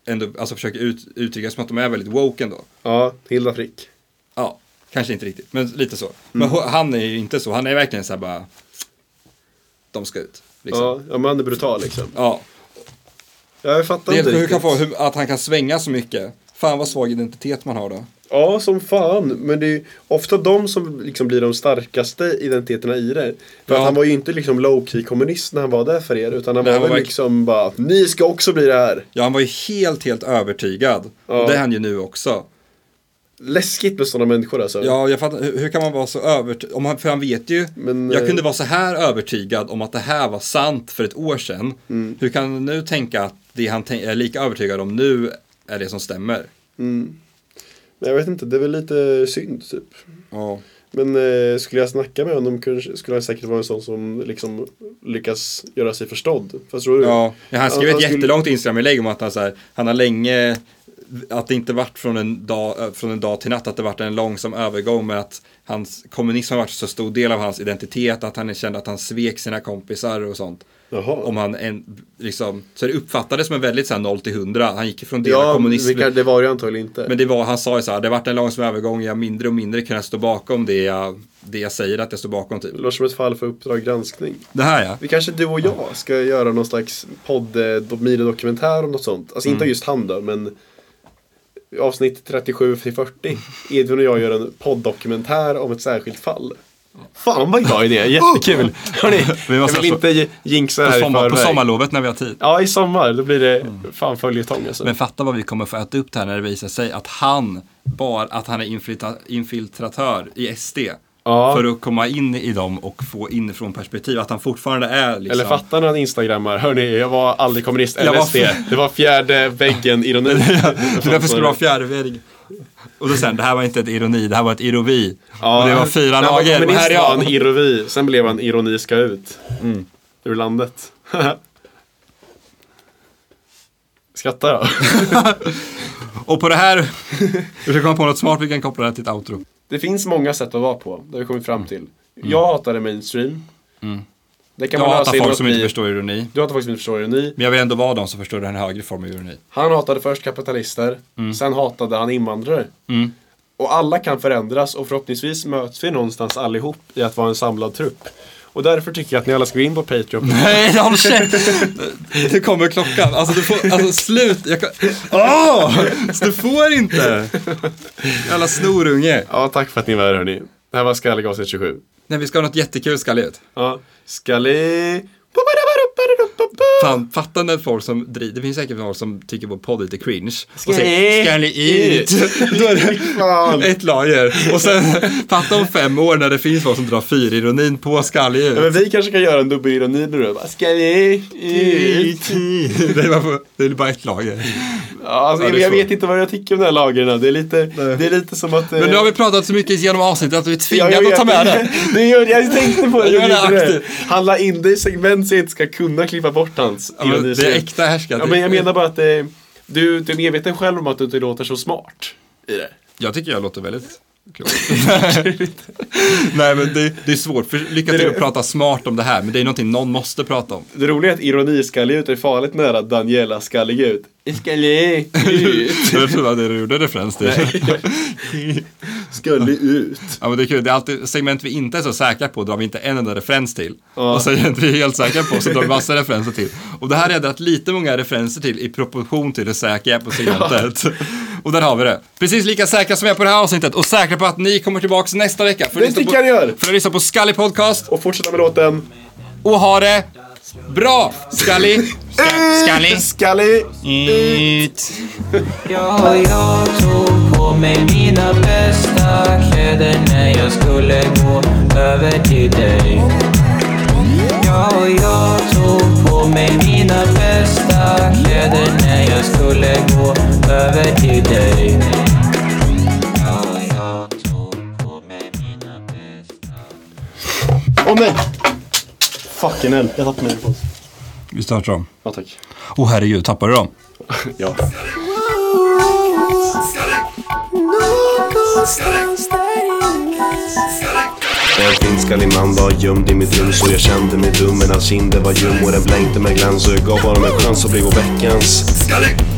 C: ändå, alltså försöker ut, uttrycka som att de är väldigt woke ändå.
D: Ja, Hilda Frick.
C: Ja, kanske inte riktigt, men lite så. Men ho- han är ju inte så, han är verkligen så här bara, de ska ut. Liksom. Ja.
D: Ja, ja, men han är brutal liksom. Ja, Jag fattar
C: Det är helt
D: inte
C: sjukt hur
D: riktigt.
C: han får- hur- att han kan svänga så mycket. Fan vad svag identitet man har då.
D: Ja, som fan. Men det är ju ofta de som liksom blir de starkaste identiteterna i det. För
C: Ja.
D: att han var ju inte liksom low-key kommunist när han var där för er. Utan han
C: Nej,
D: var
C: han
D: väl
C: var verk-
D: liksom bara, ni ska också bli det här.
C: Ja, han var ju helt, helt övertygad.
D: Ja.
C: Och det är han ju nu också.
D: Läskigt med sådana människor alltså.
C: Ja, jag fattar. Hur, hur kan man vara så övertygad? Om han, för han vet ju.
D: Men, eh,
C: jag kunde vara så här övertygad om att det här var sant för ett år sedan.
D: Mm.
C: Hur kan han nu tänka att det han tän- är lika övertygad om nu är det som stämmer?
J: Men jag vet inte, det är väl lite synd typ.
C: Ja.
J: Men eh, skulle jag snacka med honom kanske, skulle han säkert vara en sån som liksom lyckas göra sig förstådd. Fast tror du?
C: Ja, ja, han skrev
J: Han-
C: ett
J: han skulle-
C: jättelångt Instagram-inlägg om att han, så här, han har länge, att det inte varit från en, dag, eh, från en dag till natt, att det varit en långsam övergång med att hans kommunism har varit så stor del av hans identitet, att han kände att han svek sina kompisar och sånt.
J: Jaha.
C: Om han en, liksom, så det uppfattades som en väldigt så här, 0 till 100, han gick från del av
J: ja
C: kommunism.
J: vilka, det var det antagligen inte.
C: Men det var, han sa ju så här, det har varit en långsam övergång, jag har mindre och mindre kunnat stå bakom det jag, det jag säger att jag står bakom typ.
J: Det låter som ett fall för Uppdrag granskning.
C: Det här ja.
J: Vi kanske du och jag ska göra någon slags podd, eh, do- minidokumentär om något sånt. Alltså
C: Mm.
J: inte just han då, men avsnitt 37 till 40. Edvin och jag gör en poddokumentär om ett särskilt fall.
D: Fan vad bra idé, jättekul! Hörrni,
C: Vi
D: jag
C: måste alltså
D: vill inte j- jinxa det här
C: På,
D: i
C: sommar, på
D: förväg.
C: sommarlovet när vi har tid.
D: Ja, i sommar. Då blir det fan följetong alltså.
C: Men fatta vad vi kommer få äta upp det här när det visar sig att han bar, att han är infiltra- infiltratör i SD.
D: Ja.
C: För att komma in i dem och få inifrån perspektiv att han fortfarande är liksom.
D: Eller fattar när han instagrammar, hörni, jag var aldrig kommunist
C: Jag
D: eller
C: var-
D: SD. Det var fjärde väggen ironi.
C: Det är därför skulle det vara fjärdeväg. Och då sen, det här var inte ett ironi, det här var ett irovi. och det var fyra lager. Och här är
D: var han
C: jag.
D: ironi, sen blev han ironi ska ut. Mm. Ur landet. Skratta då.
C: Och på det här, vi ska komma på något smart vi kan koppla det här till ett outro.
D: Det finns många sätt att vara på, det har vi kommit fram till. Jag hatar det mainstream. Det kan
C: Mm. Jag
D: man lösa
C: hatar
D: genom
C: folk
D: alltså, att
C: som inte
D: bli...
C: förstår ironi.
D: Du hatar folk som inte förstår ironi.
C: Men jag vill ändå vara de som förstår den högre formen av ironi.
D: Han hatade först kapitalister,
C: Mm.
D: sen hatade han invandrare. Och alla kan förändras och förhoppningsvis möts vi någonstans allihop i att vara en samlad trupp. Och därför tycker jag att ni alla ska gå in på Patreon.
C: Nej, håll käften! Det kommer klockan. Alltså, du får, alltså slut. Jag kan... Åh! Du får inte! Jävla snorunge.
D: ja, tack för att ni var här hörni. Det här var Skallig avsnitt 27.
C: Nej, vi ska ha något jättekul skalligt.
D: Ja, Skallig...
C: Fan, fatta när folk som driver, det finns säkert folk som tycker vår podd är lite cringe. Och
D: Skallig
C: säger skallig ut. Då är det ett lager. Och sen, fatta om fem år när det finns folk som drar fyrironin på skallig
D: Ja,
C: ut.
D: men vi kanske kan göra en dubbelironi nu då. Bara, Skallig ut.
C: Det är bara- det är bara ett lager.
D: Ja, alltså,
C: Ja, det är
D: jag
C: så.
D: vet inte vad jag tycker om de här lagren. Det är lite, det är lite som att... eh,
C: Men nu har vi pratat så mycket genom avsnittet att vi är tvingade
D: jag
C: att ta med
D: vet.
C: det.
D: Det gör, jag tänkte på det.
C: Jag
D: Jag
C: gör det
D: gjorde det.
C: aktivt.
D: Handla in det i segment så jag inte ska kunna klippa bort hans
C: Ja, men det är
D: ironiskt.
C: äkta härskare.
D: Ja, men jag menar bara att eh, du, du är medveten själv om att du inte låter så smart i det.
C: Jag tycker jag låter väldigt klok. Nej men det, det är svårt, för lycka till att prata smart om det här, men det är någonting någon måste prata om.
D: Det roliga är att ironi skallig ut är farligt nära Daniela skallig ut. Skallig ut.
C: Jag trodde att det gjorde referens till.
J: Skulle ut.
C: Ja men det är kul, det är alltid segment vi inte är så säkra på drar vi inte en enda referens till. Och segment vi är helt säkra på så drar vi massa referenser till. Och det här har jag dragit lite många referenser till i proportion till hur säker jag är på segmentet. Och där har vi det. Precis lika säkra som jag är på det här avsnittet och säkra på att ni kommer tillbaka nästa vecka. För att
J: Det
C: lyssna
J: tycker jag ni
C: på-
J: gör.
C: För att lyssna på Skallig Podcast.
J: Och fortsätta med låten.
C: och ha det bra. Skallig. Ska- Skallig.
J: Skallig!
C: Ut.
I: Ja, jag tog på mig mina bästa kläder när jag skulle gå över till dig. Ja, jag tog på mig mina bästa kläder när jag skulle gå över till dig. Ja, jag tog på mig mina bästa
J: Åh nej! Fucking hell, jag tappade mina på
C: Vi startar om.
J: Ja tack.
C: Åh oh, herregud, tappade du dem?
J: Ja.
F: En finskallig man var gömd i mitt rum så jag kände mig dum Men hans kinder var ljum och den blänkte med glans Och jag gav honom en chans att bli vår veckans